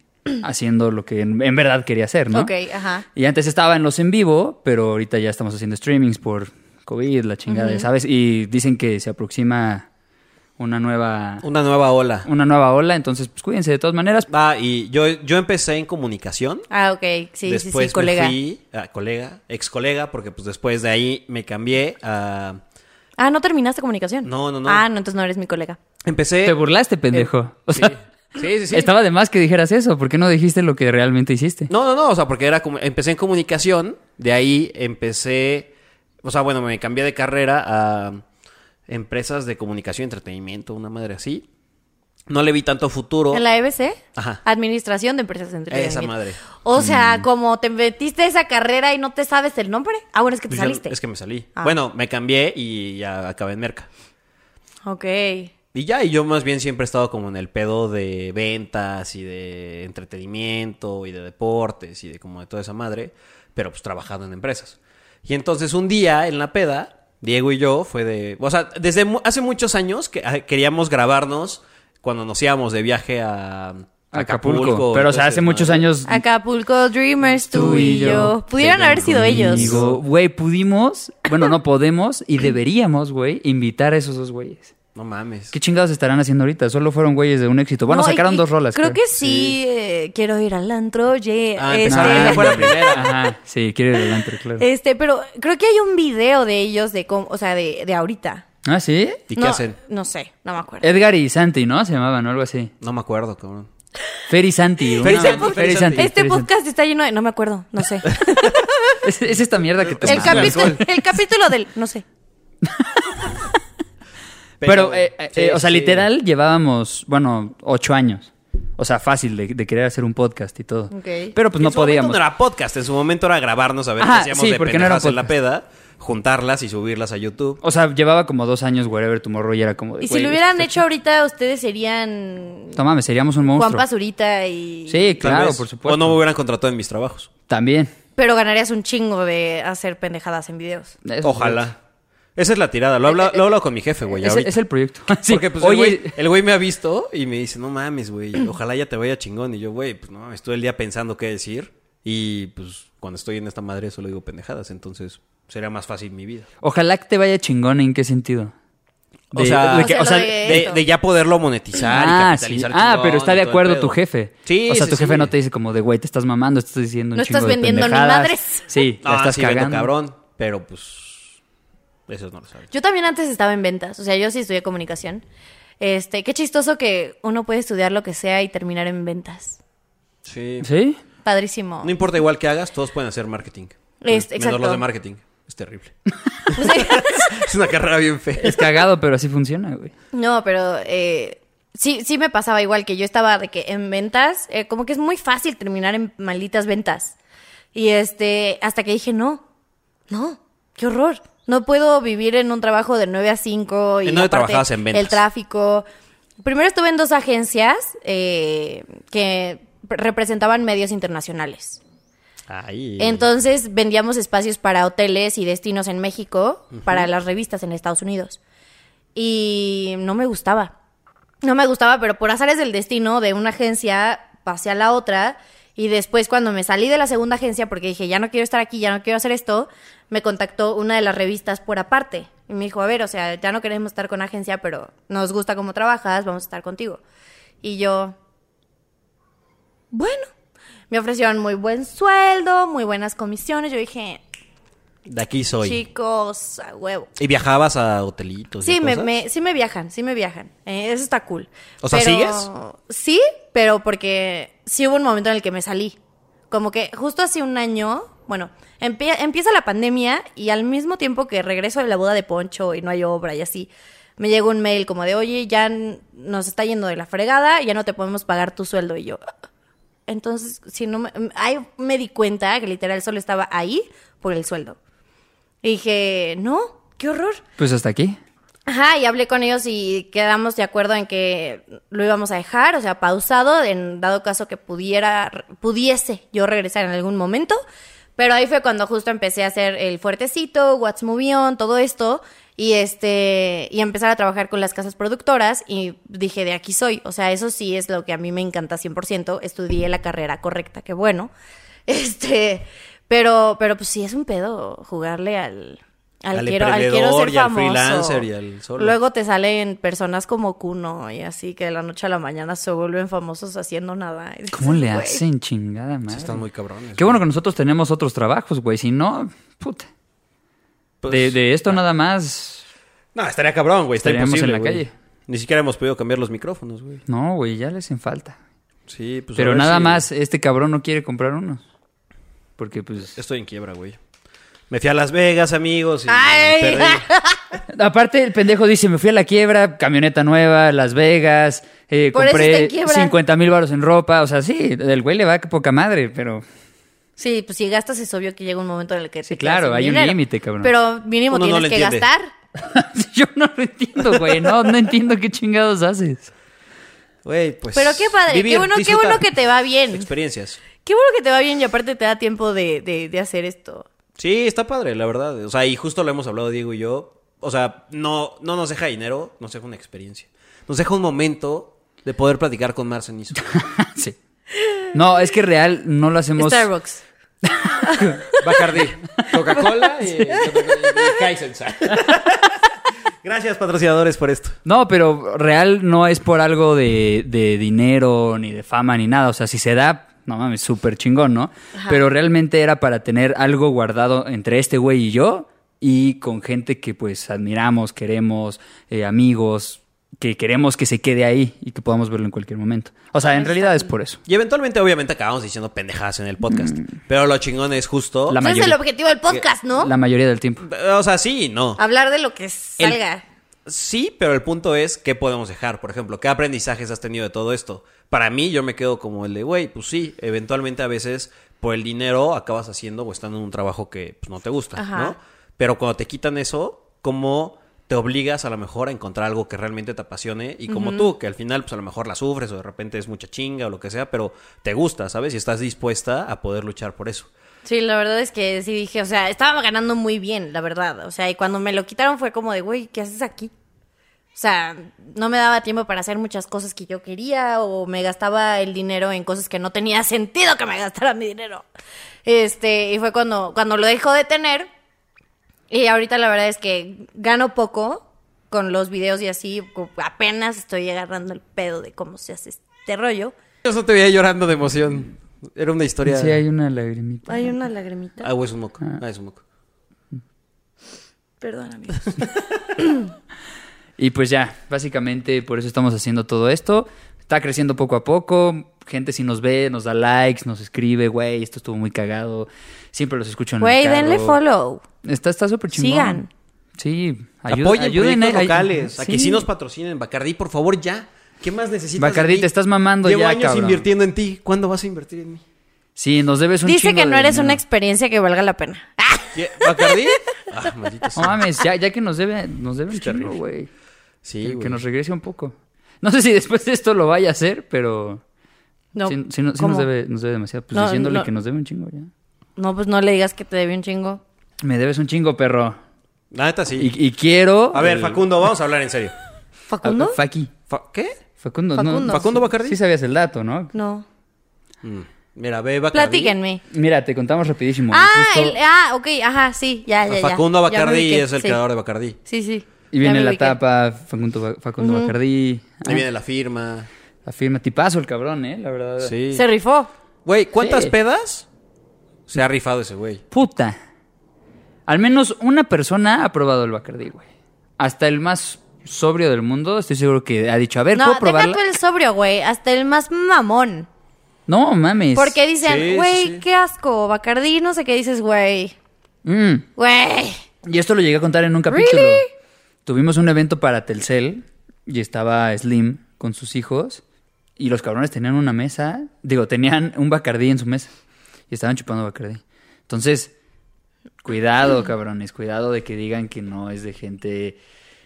[SPEAKER 1] haciendo lo que en, en verdad quería hacer, ¿no?
[SPEAKER 4] Ok, ajá.
[SPEAKER 1] Y antes estaba en los en vivo, pero ahorita ya estamos haciendo streamings por COVID, la chingada, ¿sabes? Y dicen que se aproxima una nueva,
[SPEAKER 2] Una nueva ola.
[SPEAKER 1] una nueva ola, entonces pues cuídense de todas maneras.
[SPEAKER 2] Ah, y yo, yo empecé en comunicación.
[SPEAKER 4] Ah, ok, sí,
[SPEAKER 2] después
[SPEAKER 4] sí, sí, colega.
[SPEAKER 2] me fui a colega, ex colega, porque pues después de ahí me cambié a...
[SPEAKER 4] Ah, no terminaste comunicación.
[SPEAKER 2] No, no, no.
[SPEAKER 4] Ah, no, entonces no eres mi colega.
[SPEAKER 2] Empecé...
[SPEAKER 1] Te burlaste, pendejo. O sea,
[SPEAKER 2] Eh, Sí, sí, sí.
[SPEAKER 1] estaba de más que dijeras eso. ¿Por qué no dijiste lo que realmente hiciste?
[SPEAKER 2] No, no, no, o sea, porque era como... Empecé en comunicación, de ahí empecé... O sea, bueno, me cambié de carrera a empresas de comunicación y entretenimiento, una madre así. No le vi tanto futuro.
[SPEAKER 4] En la EBC,
[SPEAKER 2] Oh. Ajá.
[SPEAKER 4] Administración de Empresas Entre
[SPEAKER 2] Esa madre. Mm.
[SPEAKER 4] O sea, como te metiste a esa carrera y no te sabes el nombre. Ah, bueno, es que te
[SPEAKER 2] Pues yo-
[SPEAKER 4] saliste.
[SPEAKER 2] Es que me salí.
[SPEAKER 4] Ah.
[SPEAKER 2] Bueno, me cambié y ya acabé en Merca.
[SPEAKER 4] Ok.
[SPEAKER 2] Y ya, y yo más bien siempre he estado como en el pedo de ventas y de entretenimiento y de deportes y de como de toda esa madre, pero pues trabajando en empresas. Y entonces un día en la peda, Diego y yo fue de, o sea, desde mu- hace muchos años que ah, queríamos grabarnos cuando nos íbamos de viaje a
[SPEAKER 1] Acapulco.
[SPEAKER 2] Acapulco.
[SPEAKER 1] Pero, o
[SPEAKER 2] entonces,
[SPEAKER 1] sea, hace
[SPEAKER 2] madre.
[SPEAKER 1] muchos años.
[SPEAKER 4] Acapulco Dreamers, tú,
[SPEAKER 1] Tú y
[SPEAKER 4] y yo.
[SPEAKER 1] yo.
[SPEAKER 4] Pudieron
[SPEAKER 2] Ven
[SPEAKER 4] haber sido ellos.
[SPEAKER 1] Digo, güey, pudimos. Bueno, no podemos y deberíamos, güey, invitar a esos dos güeyes.
[SPEAKER 2] No mames.
[SPEAKER 1] ¿Qué chingados estarán haciendo ahorita? Solo fueron güeyes de un éxito. Bueno,
[SPEAKER 4] No,
[SPEAKER 1] sacaron
[SPEAKER 4] y-
[SPEAKER 1] dos rolas.
[SPEAKER 4] Creo que sí. eh, quiero ir al antro, oye.
[SPEAKER 2] Ah,
[SPEAKER 4] este,
[SPEAKER 2] empezaron. Ah, fue la primera.
[SPEAKER 1] Ajá, sí, quiere ir al antro, claro.
[SPEAKER 4] este, pero creo que hay un video de ellos de cómo, o sea, de, de ahorita.
[SPEAKER 1] ¿Ah, sí?
[SPEAKER 2] ¿Y
[SPEAKER 4] No,
[SPEAKER 2] qué hacen?
[SPEAKER 4] No sé, no me acuerdo.
[SPEAKER 1] Edgar y Santi, ¿no? Se llamaban o algo así.
[SPEAKER 2] No me acuerdo, cabrón.
[SPEAKER 1] Fer y Santi. una-
[SPEAKER 2] Fer y Santi,
[SPEAKER 1] Fer y Santi,
[SPEAKER 4] este
[SPEAKER 1] Fer y Santi.
[SPEAKER 4] podcast está lleno de. No me acuerdo, no sé.
[SPEAKER 1] Es, es esta mierda que te
[SPEAKER 4] el,
[SPEAKER 1] mandan.
[SPEAKER 4] capítulo, el capítulo del. No sé.
[SPEAKER 1] Pero, eh, eh,
[SPEAKER 2] sí,
[SPEAKER 1] eh, o sea,
[SPEAKER 2] sí.
[SPEAKER 1] literal, llevábamos, bueno, ocho años. O sea, fácil de, de querer hacer un podcast y todo.
[SPEAKER 4] Ok.
[SPEAKER 1] Pero pues no
[SPEAKER 2] en su momento
[SPEAKER 1] podíamos.
[SPEAKER 2] no era podcast, en su momento era grabarnos a ver
[SPEAKER 1] Ajá,
[SPEAKER 2] qué hacíamos
[SPEAKER 1] sí,
[SPEAKER 2] de
[SPEAKER 1] porque no era
[SPEAKER 2] pendejadas en la
[SPEAKER 1] podcast.
[SPEAKER 2] peda, juntarlas y subirlas a YouTube.
[SPEAKER 1] O sea, llevaba como dos años Wherever Tomorrow y era como de,
[SPEAKER 4] Y si
[SPEAKER 1] güey,
[SPEAKER 4] lo hubieran
[SPEAKER 1] esto-
[SPEAKER 4] hecho ahorita, ustedes serían.
[SPEAKER 1] No mames, seríamos un
[SPEAKER 4] Juan
[SPEAKER 1] monstruo.
[SPEAKER 4] Pazurita y.
[SPEAKER 1] Sí,
[SPEAKER 2] Tal
[SPEAKER 1] claro,
[SPEAKER 2] vez.
[SPEAKER 1] por supuesto.
[SPEAKER 2] O no me hubieran contratado en mis trabajos.
[SPEAKER 1] También.
[SPEAKER 4] Pero ganarías un chingo de hacer pendejadas en videos.
[SPEAKER 1] Eso es-
[SPEAKER 2] Ojalá. Esa es la tirada. Lo he habla- lo he hablado, con mi jefe, güey.
[SPEAKER 1] Es,
[SPEAKER 2] ahorita.
[SPEAKER 1] es el proyecto. Sí,
[SPEAKER 2] Porque pues,
[SPEAKER 1] oye,
[SPEAKER 2] el, güey, el güey me ha visto y me dice, no mames, güey, ojalá ya te vaya chingón. Y yo, güey, pues no mames, todo el día pensando qué decir. Y pues cuando estoy en esta madre solo digo pendejadas, entonces sería más fácil mi vida.
[SPEAKER 1] ojalá que te vaya chingón, ¿en qué sentido?
[SPEAKER 2] o
[SPEAKER 1] De-
[SPEAKER 2] sea,
[SPEAKER 1] de
[SPEAKER 4] que- O sea, o sea, lo de
[SPEAKER 2] de,
[SPEAKER 4] esto.
[SPEAKER 2] de ya poderlo monetizar y
[SPEAKER 1] Ah, sí.
[SPEAKER 2] capitalizar
[SPEAKER 1] Ah,
[SPEAKER 2] chingón
[SPEAKER 1] pero está
[SPEAKER 2] y
[SPEAKER 1] de
[SPEAKER 2] todo el
[SPEAKER 1] acuerdo
[SPEAKER 2] pedo.
[SPEAKER 1] tu jefe.
[SPEAKER 2] Sí,
[SPEAKER 1] O sea,
[SPEAKER 2] sí,
[SPEAKER 1] tu jefe
[SPEAKER 2] sí.
[SPEAKER 1] no te dice como de, güey, te estás mamando, estás diciendo un
[SPEAKER 4] No
[SPEAKER 1] chingo
[SPEAKER 4] estás
[SPEAKER 1] de
[SPEAKER 4] vendiendo ni
[SPEAKER 1] pendejadas".
[SPEAKER 4] madres.
[SPEAKER 1] Sí, la
[SPEAKER 2] No,
[SPEAKER 1] estás
[SPEAKER 2] sí, vendo
[SPEAKER 1] cagando.
[SPEAKER 2] cabrón, pero pues eso no lo sabes.
[SPEAKER 4] Yo también antes estaba en ventas, o sea, yo sí estudié comunicación. Este, qué chistoso que uno puede estudiar lo que sea y terminar en ventas.
[SPEAKER 2] Sí.
[SPEAKER 1] ¿Sí?
[SPEAKER 4] Padrísimo.
[SPEAKER 2] No importa igual que hagas, todos pueden hacer marketing.
[SPEAKER 4] Es- exacto.
[SPEAKER 2] Menos los de marketing. Es terrible.
[SPEAKER 4] O sea,
[SPEAKER 2] es una carrera bien fea.
[SPEAKER 1] Es cagado, pero así funciona, güey.
[SPEAKER 4] no, pero eh, sí, sí me pasaba igual que yo estaba de que en ventas, eh, como que es muy fácil terminar en malditas ventas. Y este, hasta que dije, no, no, qué horror. No puedo vivir en un trabajo de 9 a 5 y
[SPEAKER 2] ¿En dónde
[SPEAKER 4] aparte
[SPEAKER 2] trabajabas en ventas?
[SPEAKER 4] el tráfico. Primero estuve en dos agencias eh, que representaban medios internacionales.
[SPEAKER 2] Ay.
[SPEAKER 4] Entonces vendíamos espacios para hoteles y destinos en México, para las revistas en Estados Unidos. Y no me gustaba. No me gustaba, pero por azares del destino de una agencia pasé a la otra. Y después cuando me salí de la segunda agencia, porque dije, ya no quiero estar aquí, ya no quiero hacer esto, me contactó una de las revistas por aparte. Y me dijo, a ver, o sea, ya no queremos estar con agencia, pero nos gusta cómo trabajas, vamos a estar contigo. Y yo, bueno, me ofrecieron muy buen sueldo, muy buenas comisiones. Yo dije,
[SPEAKER 2] de aquí soy.
[SPEAKER 4] chicos, a huevo.
[SPEAKER 2] ¿Y viajabas a hotelitos? y
[SPEAKER 4] Sí me,
[SPEAKER 2] cosas?
[SPEAKER 4] me- sí me viajan, sí me viajan. Eh, eso está cool.
[SPEAKER 2] O sea, ¿sigues?
[SPEAKER 4] Sí, pero porque sí hubo un momento en el que me salí. Como que justo hace un año, bueno, empie- empieza la pandemia y al mismo tiempo que regreso de la boda de Poncho y no hay obra y así, me llega un mail como de, oye, ya n- nos está yendo de la fregada, ya no te podemos pagar tu sueldo. Y yo, entonces, si no me, ahí me di cuenta que literal solo estaba ahí por el sueldo. Y dije, no, qué horror.
[SPEAKER 1] Pues hasta aquí.
[SPEAKER 4] Ajá, y hablé con ellos y quedamos de acuerdo en que lo íbamos a dejar, o sea, pausado, en dado caso que pudiera, pudiese yo regresar en algún momento. Pero ahí fue cuando justo empecé a hacer el fuertecito, What's Movie On, todo esto, y este, y empezar a trabajar con las casas productoras, y dije, de aquí soy. O sea, eso sí es lo que a mí me encanta 100%, estudié la carrera correcta, qué bueno. Este, pero, pero pues sí es un pedo jugarle al, al,
[SPEAKER 2] Al
[SPEAKER 4] quiero, al quiero
[SPEAKER 2] emprendedor
[SPEAKER 4] ser
[SPEAKER 2] y al
[SPEAKER 4] famoso.
[SPEAKER 2] freelancer y al solo.
[SPEAKER 4] Luego te salen personas como Kuno y así que de la noche a la mañana se vuelven famosos haciendo nada. Y dices,
[SPEAKER 1] ¿Cómo le
[SPEAKER 4] "Güey".
[SPEAKER 1] hacen chingada, madre?
[SPEAKER 2] Sí, están muy cabrones.
[SPEAKER 1] Qué bueno que nosotros tenemos otros trabajos, güey. Si no, puta.
[SPEAKER 2] Pues,
[SPEAKER 1] de, de esto nada más.
[SPEAKER 2] No, estaría cabrón, güey. Está
[SPEAKER 1] Estaríamos
[SPEAKER 2] imposible,
[SPEAKER 1] en la
[SPEAKER 2] güey.
[SPEAKER 1] calle.
[SPEAKER 2] Ni siquiera hemos podido cambiar los micrófonos, güey.
[SPEAKER 1] No, güey, ya le hacen falta.
[SPEAKER 2] Sí, pues. a
[SPEAKER 1] Pero
[SPEAKER 2] ver
[SPEAKER 1] nada
[SPEAKER 2] si-
[SPEAKER 1] más, este cabrón no quiere comprar unos. Porque pues.
[SPEAKER 2] Estoy en quiebra, güey. Me fui a Las Vegas, amigos. Y
[SPEAKER 4] Ay.
[SPEAKER 2] perdí.
[SPEAKER 1] Aparte, el pendejo dice, me fui a la quiebra, camioneta nueva, Las Vegas, eh,
[SPEAKER 4] Por eso está
[SPEAKER 1] compré
[SPEAKER 4] en quiebra.
[SPEAKER 1] 50 mil baros en ropa. O sea, sí, el güey le va que poca madre, pero
[SPEAKER 4] Sí, pues si gastas es obvio que llega un momento en el que
[SPEAKER 1] Sí,
[SPEAKER 4] te quedas
[SPEAKER 1] claro,
[SPEAKER 4] sin
[SPEAKER 1] hay un
[SPEAKER 4] dinero.
[SPEAKER 1] límite, cabrón.
[SPEAKER 4] Pero mínimo
[SPEAKER 2] Uno no
[SPEAKER 4] tienes
[SPEAKER 2] lo
[SPEAKER 4] que
[SPEAKER 2] entiende.
[SPEAKER 4] gastar.
[SPEAKER 1] yo no lo entiendo, güey. No, no entiendo qué chingados haces.
[SPEAKER 2] Güey, pues.
[SPEAKER 4] Pero qué padre,
[SPEAKER 2] vivir,
[SPEAKER 4] qué bueno, qué
[SPEAKER 2] disfrutar.
[SPEAKER 4] bueno que te va bien.
[SPEAKER 2] Experiencias.
[SPEAKER 4] Qué bueno que te va bien y aparte te da tiempo de, de- de hacer esto.
[SPEAKER 2] Sí, está padre, la verdad. O sea, y justo lo hemos hablado Diego y yo. O sea, no, no nos deja dinero, nos deja una experiencia. Nos deja un momento de poder platicar con Marcenizo.
[SPEAKER 1] sí. No, es que real no lo hacemos.
[SPEAKER 4] Starbucks.
[SPEAKER 2] Bacardi, Coca-Cola y, y Kaizen. Gracias, patrocinadores, por esto.
[SPEAKER 1] No, pero real no es por algo de, de dinero, ni de fama, ni nada. O sea, si se da, no mames, súper chingón, ¿no? Pero realmente era para tener algo guardado entre este güey y yo y con gente que pues admiramos, queremos, eh, amigos, que queremos que se quede ahí y que podamos verlo en cualquier momento. O sea, en realidad es por eso.
[SPEAKER 2] Y eventualmente, obviamente, acabamos diciendo pendejadas en el podcast. Pero lo chingón es justo.
[SPEAKER 1] Mm. La
[SPEAKER 4] Ese es el
[SPEAKER 1] mayoría.
[SPEAKER 4] objetivo del podcast, ¿no?
[SPEAKER 1] La mayoría del tiempo.
[SPEAKER 2] O sea, sí y no.
[SPEAKER 4] Hablar de lo que
[SPEAKER 2] El-
[SPEAKER 4] salga.
[SPEAKER 2] Sí, pero el punto es qué podemos dejar. Por ejemplo, ¿qué aprendizajes has tenido de todo esto? Para mí, yo me quedo como el de, güey, pues sí, eventualmente a veces por el dinero acabas haciendo o estando en un trabajo que pues, no te gusta,
[SPEAKER 4] Ajá.
[SPEAKER 2] ¿no? Pero cuando te quitan eso, ¿cómo te obligas a lo mejor a encontrar algo que realmente te apasione? Y como tú, que al final pues a lo mejor la sufres o de repente es mucha chinga o lo que sea, pero te gusta, ¿sabes? Y estás dispuesta a poder luchar por eso.
[SPEAKER 4] Sí, la verdad es que sí dije, o sea, estaba ganando muy bien, la verdad. O sea, y cuando me lo quitaron fue como de, güey, ¿qué haces aquí? O sea, no me daba tiempo para hacer muchas cosas que yo quería o me gastaba el dinero en cosas que no tenía sentido que me gastara mi dinero. Este, y fue cuando, cuando lo dejó de tener. Y ahorita la verdad es que gano poco con los videos y así, co- apenas estoy agarrando el pedo de cómo se hace este rollo.
[SPEAKER 2] Yo no te veía llorando de emoción. Era una historia...
[SPEAKER 1] Sí, hay una lagrimita.
[SPEAKER 4] Hay una lagrimita.
[SPEAKER 2] Ah, güey, es un moco. Ah, es un moco.
[SPEAKER 4] Perdón, amigos.
[SPEAKER 1] Y pues ya, básicamente por eso estamos haciendo todo esto. Está creciendo poco a poco. Gente si nos ve, nos da likes, nos escribe, güey, esto estuvo muy cagado. Siempre los escucho en el
[SPEAKER 4] Güey,
[SPEAKER 1] carro.
[SPEAKER 4] denle follow.
[SPEAKER 1] Está está súper chingón.
[SPEAKER 4] Sigan.
[SPEAKER 1] Sí, ayuden,
[SPEAKER 2] Apoyen
[SPEAKER 1] ayuden eh,
[SPEAKER 2] proyectos
[SPEAKER 1] ay-
[SPEAKER 2] locales, a que
[SPEAKER 1] sí.
[SPEAKER 2] sí nos patrocinen. Bacardí, por favor, ya. ¿Qué más necesitas?
[SPEAKER 1] Bacardí,
[SPEAKER 2] de mí?
[SPEAKER 1] te estás mamando
[SPEAKER 2] Llevo
[SPEAKER 1] ya,
[SPEAKER 2] años
[SPEAKER 1] cabrón.
[SPEAKER 2] invirtiendo en ti. ¿Cuándo vas a invertir en mí?
[SPEAKER 1] Sí, nos debes un
[SPEAKER 4] Dice
[SPEAKER 1] chingo
[SPEAKER 4] que no
[SPEAKER 1] de
[SPEAKER 4] eres una
[SPEAKER 1] dinero.
[SPEAKER 4] experiencia que valga la pena. ¡Ah!
[SPEAKER 2] ¿Qué? ¿Bacardí? Ah, maldito
[SPEAKER 1] No
[SPEAKER 2] sea.
[SPEAKER 1] mames, ya, ya que nos debe nos debe un chingo,
[SPEAKER 2] terrible.
[SPEAKER 1] güey.
[SPEAKER 2] Sí,
[SPEAKER 1] Que-
[SPEAKER 2] güey.
[SPEAKER 1] que nos regrese un poco. No sé si después de esto lo vaya a hacer, pero
[SPEAKER 4] No,
[SPEAKER 1] sí, sí no- sí
[SPEAKER 4] ¿cómo?
[SPEAKER 1] nos debe nos debe demasiado, pues
[SPEAKER 4] No,
[SPEAKER 1] diciéndole
[SPEAKER 4] no.
[SPEAKER 1] que nos debe un chingo ya.
[SPEAKER 4] No, pues no le digas que te debí un chingo.
[SPEAKER 1] Me debes un chingo, perro.
[SPEAKER 2] La neta sí.
[SPEAKER 1] Y, y quiero.
[SPEAKER 2] A ver, Facundo, vamos a hablar en serio.
[SPEAKER 4] ¿Facundo?
[SPEAKER 1] Ah, Faqui.
[SPEAKER 2] Fa- ¿Qué?
[SPEAKER 1] Facundo, no.
[SPEAKER 4] Facundo.
[SPEAKER 2] ¿Facundo Bacardí?
[SPEAKER 1] Sí sabías el dato, ¿no?
[SPEAKER 4] no.
[SPEAKER 2] Mm. Mira, ve Bacardí.
[SPEAKER 4] Platíquenme.
[SPEAKER 1] Mira, te contamos rapidísimo.
[SPEAKER 4] Ah,
[SPEAKER 1] Justo-
[SPEAKER 4] el- ah, ok, ajá, sí, ya,
[SPEAKER 2] A
[SPEAKER 4] ya, ya.
[SPEAKER 2] Ah, Facundo
[SPEAKER 4] Ya me
[SPEAKER 2] Bacardí
[SPEAKER 4] ubiqué,
[SPEAKER 2] es el
[SPEAKER 4] sí.
[SPEAKER 2] creador de Bacardí.
[SPEAKER 4] Sí, sí.
[SPEAKER 1] Y
[SPEAKER 4] ya
[SPEAKER 1] viene
[SPEAKER 4] me
[SPEAKER 1] la
[SPEAKER 4] ubiqué.
[SPEAKER 1] tapa, Facundo, Ba- Facundo Bacardí.
[SPEAKER 2] Ahí viene la firma.
[SPEAKER 1] Afirma, tipazo el cabrón, ¿eh? La verdad.
[SPEAKER 2] Sí.
[SPEAKER 4] Se rifó.
[SPEAKER 2] Güey, ¿cuántas
[SPEAKER 1] Sí.
[SPEAKER 2] pedas se ha rifado ese güey?
[SPEAKER 1] Puta. Al menos una persona ha probado el Bacardí, güey. Hasta el más sobrio del mundo, estoy seguro que ha dicho, a ver,
[SPEAKER 4] No,
[SPEAKER 1] ¿puedo
[SPEAKER 4] deja
[SPEAKER 1] probarla?
[SPEAKER 4] tú el sobrio, güey. Hasta el más mamón.
[SPEAKER 1] No, mames.
[SPEAKER 4] Porque
[SPEAKER 2] Sí,
[SPEAKER 4] dicen,
[SPEAKER 2] sí,
[SPEAKER 4] güey,
[SPEAKER 2] sí.
[SPEAKER 4] qué asco. Bacardí, no sé qué dices, güey.
[SPEAKER 1] Mm.
[SPEAKER 4] Güey.
[SPEAKER 1] Y esto lo llegué a contar en un capítulo.
[SPEAKER 4] ¿Really?
[SPEAKER 1] Tuvimos un evento para Telcel y estaba Slim con sus hijos y los cabrones tenían una mesa, digo, tenían un Bacardí en su mesa y estaban chupando Bacardí. Entonces, cuidado,
[SPEAKER 4] Mm.
[SPEAKER 1] cabrones, cuidado de que digan que no es de gente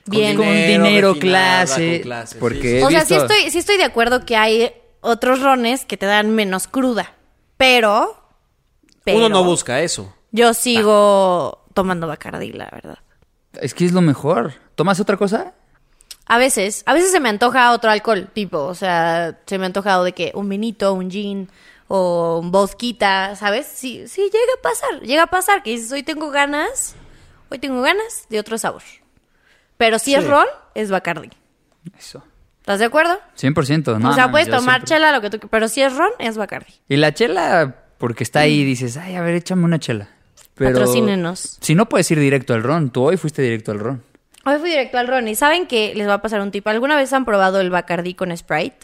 [SPEAKER 4] Bien.
[SPEAKER 1] con
[SPEAKER 2] Dinero,
[SPEAKER 1] dinero,
[SPEAKER 2] refinada,
[SPEAKER 1] clase,
[SPEAKER 2] con clase, sí,
[SPEAKER 1] porque
[SPEAKER 2] sí.
[SPEAKER 1] he
[SPEAKER 4] O sea, sí
[SPEAKER 1] visto-
[SPEAKER 4] estoy, sí estoy de acuerdo que hay otros rones que te dan menos cruda. Pero.
[SPEAKER 2] Uno
[SPEAKER 4] pero-
[SPEAKER 2] no busca eso.
[SPEAKER 4] Yo sigo tomando Bacardi, la verdad.
[SPEAKER 1] es que es lo mejor. ¿Tomas otra cosa?
[SPEAKER 4] A veces, a veces se me antoja otro alcohol, tipo, o sea, se me ha antojado de que un vinito, un gin o un bosquita, ¿sabes? Sí, sí, llega a pasar, llega a pasar que dices, hoy tengo ganas, hoy tengo ganas de otro sabor. Pero si es
[SPEAKER 2] Sí.
[SPEAKER 4] ron, es Bacardi.
[SPEAKER 1] Eso.
[SPEAKER 4] ¿Estás de acuerdo?
[SPEAKER 1] 100%, no.
[SPEAKER 4] o sea,
[SPEAKER 1] mames,
[SPEAKER 4] puedes
[SPEAKER 1] yo
[SPEAKER 4] tomar
[SPEAKER 1] siempre-
[SPEAKER 4] chela, lo que tú quieras, pero si es ron, es Bacardi.
[SPEAKER 1] Y la chela, porque está ahí, dices, ay, a ver, échame una chela. Pero
[SPEAKER 4] Patrocínenos.
[SPEAKER 1] Si no puedes ir directo al ron, tú hoy fuiste directo al ron.
[SPEAKER 4] Hoy fui directo al ron y saben que les va a pasar un tip. ¿Alguna vez han probado el Bacardi con Sprite?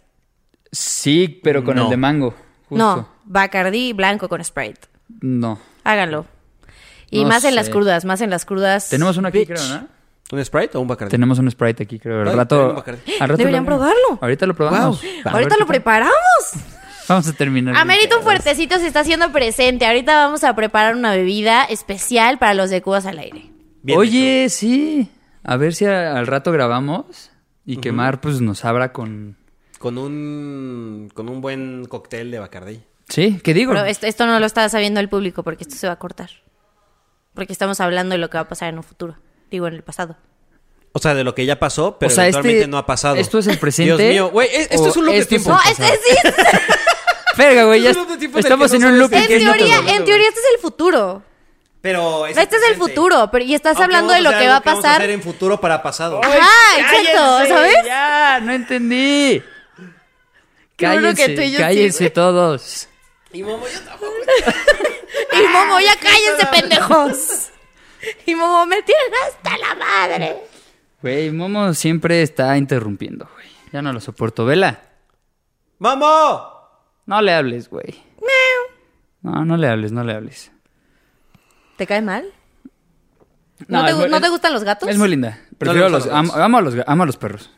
[SPEAKER 1] Sí, pero con
[SPEAKER 2] No.
[SPEAKER 1] el de mango. Justo.
[SPEAKER 4] No, Bacardi blanco con Sprite.
[SPEAKER 1] No.
[SPEAKER 4] Háganlo. Y
[SPEAKER 1] No
[SPEAKER 4] más en las
[SPEAKER 1] sé.
[SPEAKER 4] crudas, más en las crudas.
[SPEAKER 1] Tenemos una aquí,
[SPEAKER 4] Bitch.
[SPEAKER 1] creo, ¿no?
[SPEAKER 2] ¿Un Sprite o un Bacardi?
[SPEAKER 1] Tenemos un Sprite aquí, creo. Al
[SPEAKER 2] Ay,
[SPEAKER 1] rato.
[SPEAKER 2] tengo Bacardi.
[SPEAKER 1] al rato
[SPEAKER 4] Deberían
[SPEAKER 1] lo-
[SPEAKER 4] probarlo.
[SPEAKER 1] Ahorita lo probamos.
[SPEAKER 2] Wow.
[SPEAKER 1] A
[SPEAKER 4] Ahorita
[SPEAKER 1] ver qué
[SPEAKER 4] lo
[SPEAKER 1] tal.
[SPEAKER 4] preparamos.
[SPEAKER 1] Vamos a terminar.
[SPEAKER 3] Amerito Fuertecito se está haciendo presente. Ahorita vamos a preparar una bebida especial para los de Cubas al aire.
[SPEAKER 2] Bien
[SPEAKER 1] Oye, sí. A ver si a- al rato grabamos y que Mar pues nos abra con.
[SPEAKER 2] Con un, con un buen cóctel de Bacardi.
[SPEAKER 1] Sí, ¿qué digo?
[SPEAKER 3] Pero esto, esto no lo está sabiendo el público porque esto se va a cortar. Porque estamos hablando de lo que va a pasar en un futuro. Digo, en el pasado.
[SPEAKER 2] O sea, de lo que ya pasó, pero
[SPEAKER 1] O sea,
[SPEAKER 2] eventualmente
[SPEAKER 1] este-
[SPEAKER 2] no ha pasado.
[SPEAKER 1] ¿esto es el presente?
[SPEAKER 2] Dios mío, güey, e- esto
[SPEAKER 1] ¿O
[SPEAKER 2] es un loop de
[SPEAKER 1] esto es
[SPEAKER 2] tiempo.
[SPEAKER 3] ¡No,
[SPEAKER 1] Pues,
[SPEAKER 3] este sí!
[SPEAKER 1] Verga, güey, ya
[SPEAKER 2] Es un loop de tiempo en el
[SPEAKER 1] estamos
[SPEAKER 2] que
[SPEAKER 1] en
[SPEAKER 2] no
[SPEAKER 1] un
[SPEAKER 2] sabes
[SPEAKER 1] loop
[SPEAKER 2] qué
[SPEAKER 1] en
[SPEAKER 3] En
[SPEAKER 1] que es
[SPEAKER 3] teoría,
[SPEAKER 1] loop.
[SPEAKER 3] en teoría este es el futuro.
[SPEAKER 2] Pero
[SPEAKER 3] Este es el
[SPEAKER 2] presente.
[SPEAKER 3] futuro, pero- y estás
[SPEAKER 2] Aunque
[SPEAKER 3] hablando
[SPEAKER 2] vamos
[SPEAKER 3] de lo
[SPEAKER 2] hacer
[SPEAKER 3] que
[SPEAKER 2] algo
[SPEAKER 3] va a
[SPEAKER 2] vamos
[SPEAKER 3] pasar.
[SPEAKER 2] hacer en futuro para pasado.
[SPEAKER 3] Ajá, Ah, exacto,
[SPEAKER 1] ¡Cállense!
[SPEAKER 3] ¿sabes?
[SPEAKER 1] Ya, no entendí.
[SPEAKER 3] Qué bueno que
[SPEAKER 1] Cállense,
[SPEAKER 3] tú y yo
[SPEAKER 1] cállense
[SPEAKER 3] sí,
[SPEAKER 1] todos.
[SPEAKER 2] Y Momo, yo tampoco.
[SPEAKER 3] Y Momo, ya cállense, pendejos. Ah, Y Momo, me tienen hasta la madre.
[SPEAKER 1] Güey, Momo siempre está interrumpiendo, güey. Ya no lo soporto. Vela,
[SPEAKER 2] ¡Momo!
[SPEAKER 1] no le hables, güey. No, no le hables, no le hables.
[SPEAKER 4] ¿Te cae mal?
[SPEAKER 3] ¿No, te,
[SPEAKER 1] es
[SPEAKER 3] gu-
[SPEAKER 1] muy-
[SPEAKER 3] no te
[SPEAKER 1] es-
[SPEAKER 3] gustan los gatos?
[SPEAKER 1] Es muy linda. Prefiero
[SPEAKER 2] gustan
[SPEAKER 1] los,
[SPEAKER 2] los
[SPEAKER 1] amo,
[SPEAKER 2] gatos.
[SPEAKER 1] amo a los, ga- amo a los perros.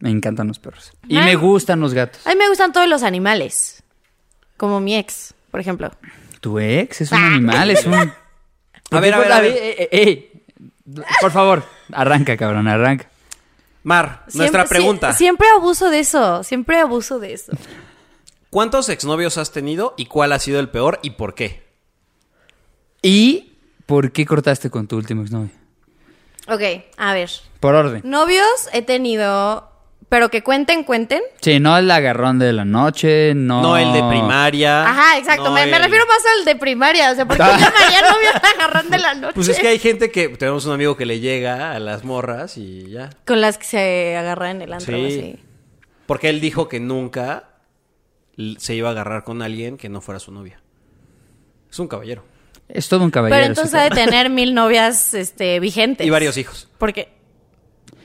[SPEAKER 1] Me encantan los perros. Y
[SPEAKER 3] Ah.
[SPEAKER 1] me gustan los gatos.
[SPEAKER 3] A mí me gustan todos los animales. Como mi ex, por ejemplo.
[SPEAKER 1] Tu ex es un animal, es un.
[SPEAKER 2] A ver, a ver, a ver.
[SPEAKER 1] Ey, ey, ey. eh, Por favor, arranca, cabrón, arranca.
[SPEAKER 2] Mar,
[SPEAKER 4] Siempre-
[SPEAKER 2] nuestra
[SPEAKER 4] sí,
[SPEAKER 2] pregunta.
[SPEAKER 4] siempre abuso de eso, siempre abuso de eso.
[SPEAKER 2] ¿Cuántos exnovios has tenido y cuál ha sido el peor y por qué?
[SPEAKER 1] ¿Y por qué cortaste con tu último exnovio?
[SPEAKER 4] Ok,
[SPEAKER 3] A ver.
[SPEAKER 1] Por orden.
[SPEAKER 4] novios he tenido, pero que cuenten, cuenten.
[SPEAKER 1] Sí, no el agarrón de la noche, no.
[SPEAKER 2] No el de primaria.
[SPEAKER 3] Ajá, exacto.
[SPEAKER 2] Ah, no
[SPEAKER 3] me, me
[SPEAKER 2] el-
[SPEAKER 3] refiero más al de primaria. O sea, ¿por qué llamaría novio al agarrón de la noche?
[SPEAKER 2] Pues es que hay gente que tenemos un amigo que le llega a las morras y ya.
[SPEAKER 4] Con las que se agarran en el antro
[SPEAKER 2] Sí.
[SPEAKER 4] o así.
[SPEAKER 2] Porque él dijo que nunca l- se iba a agarrar con alguien que no fuera su novia. Es un caballero.
[SPEAKER 1] Es todo un caballero.
[SPEAKER 4] Pero entonces
[SPEAKER 1] ese
[SPEAKER 4] ha de tener mil novias este, vigentes.
[SPEAKER 2] Y varios hijos.
[SPEAKER 4] Porque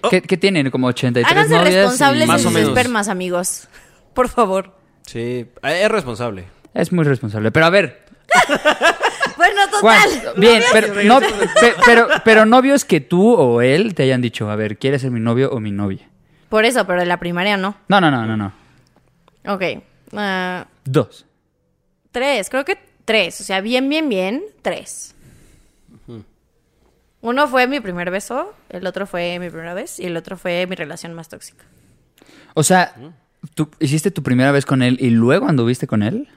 [SPEAKER 1] cabrón. ¿Qué, qué tienen? Como 83
[SPEAKER 4] háganse
[SPEAKER 1] novias y-
[SPEAKER 4] responsables de
[SPEAKER 2] Más o
[SPEAKER 4] sus
[SPEAKER 2] menos.
[SPEAKER 4] espermas, amigos. Por favor.
[SPEAKER 2] Sí, eh, es responsable.
[SPEAKER 1] Es muy responsable. Pero a ver,
[SPEAKER 4] Bueno,
[SPEAKER 1] Juan,
[SPEAKER 4] total.
[SPEAKER 1] bien, pero, no, pe- pero, pero novios que tú o él te hayan dicho, a ver, ¿quieres ser mi novio o mi novia?
[SPEAKER 4] Por eso, pero de la primaria no.
[SPEAKER 1] No, no, no, no, no.
[SPEAKER 4] Ok. ah,
[SPEAKER 1] Dos.
[SPEAKER 4] tres, creo que tres. O sea, bien, bien, bien, tres. Uno fue mi primer beso, el otro fue mi primera vez y el otro fue mi relación más tóxica.
[SPEAKER 1] O sea, ¿tú hiciste tu primera vez con él y luego anduviste con él?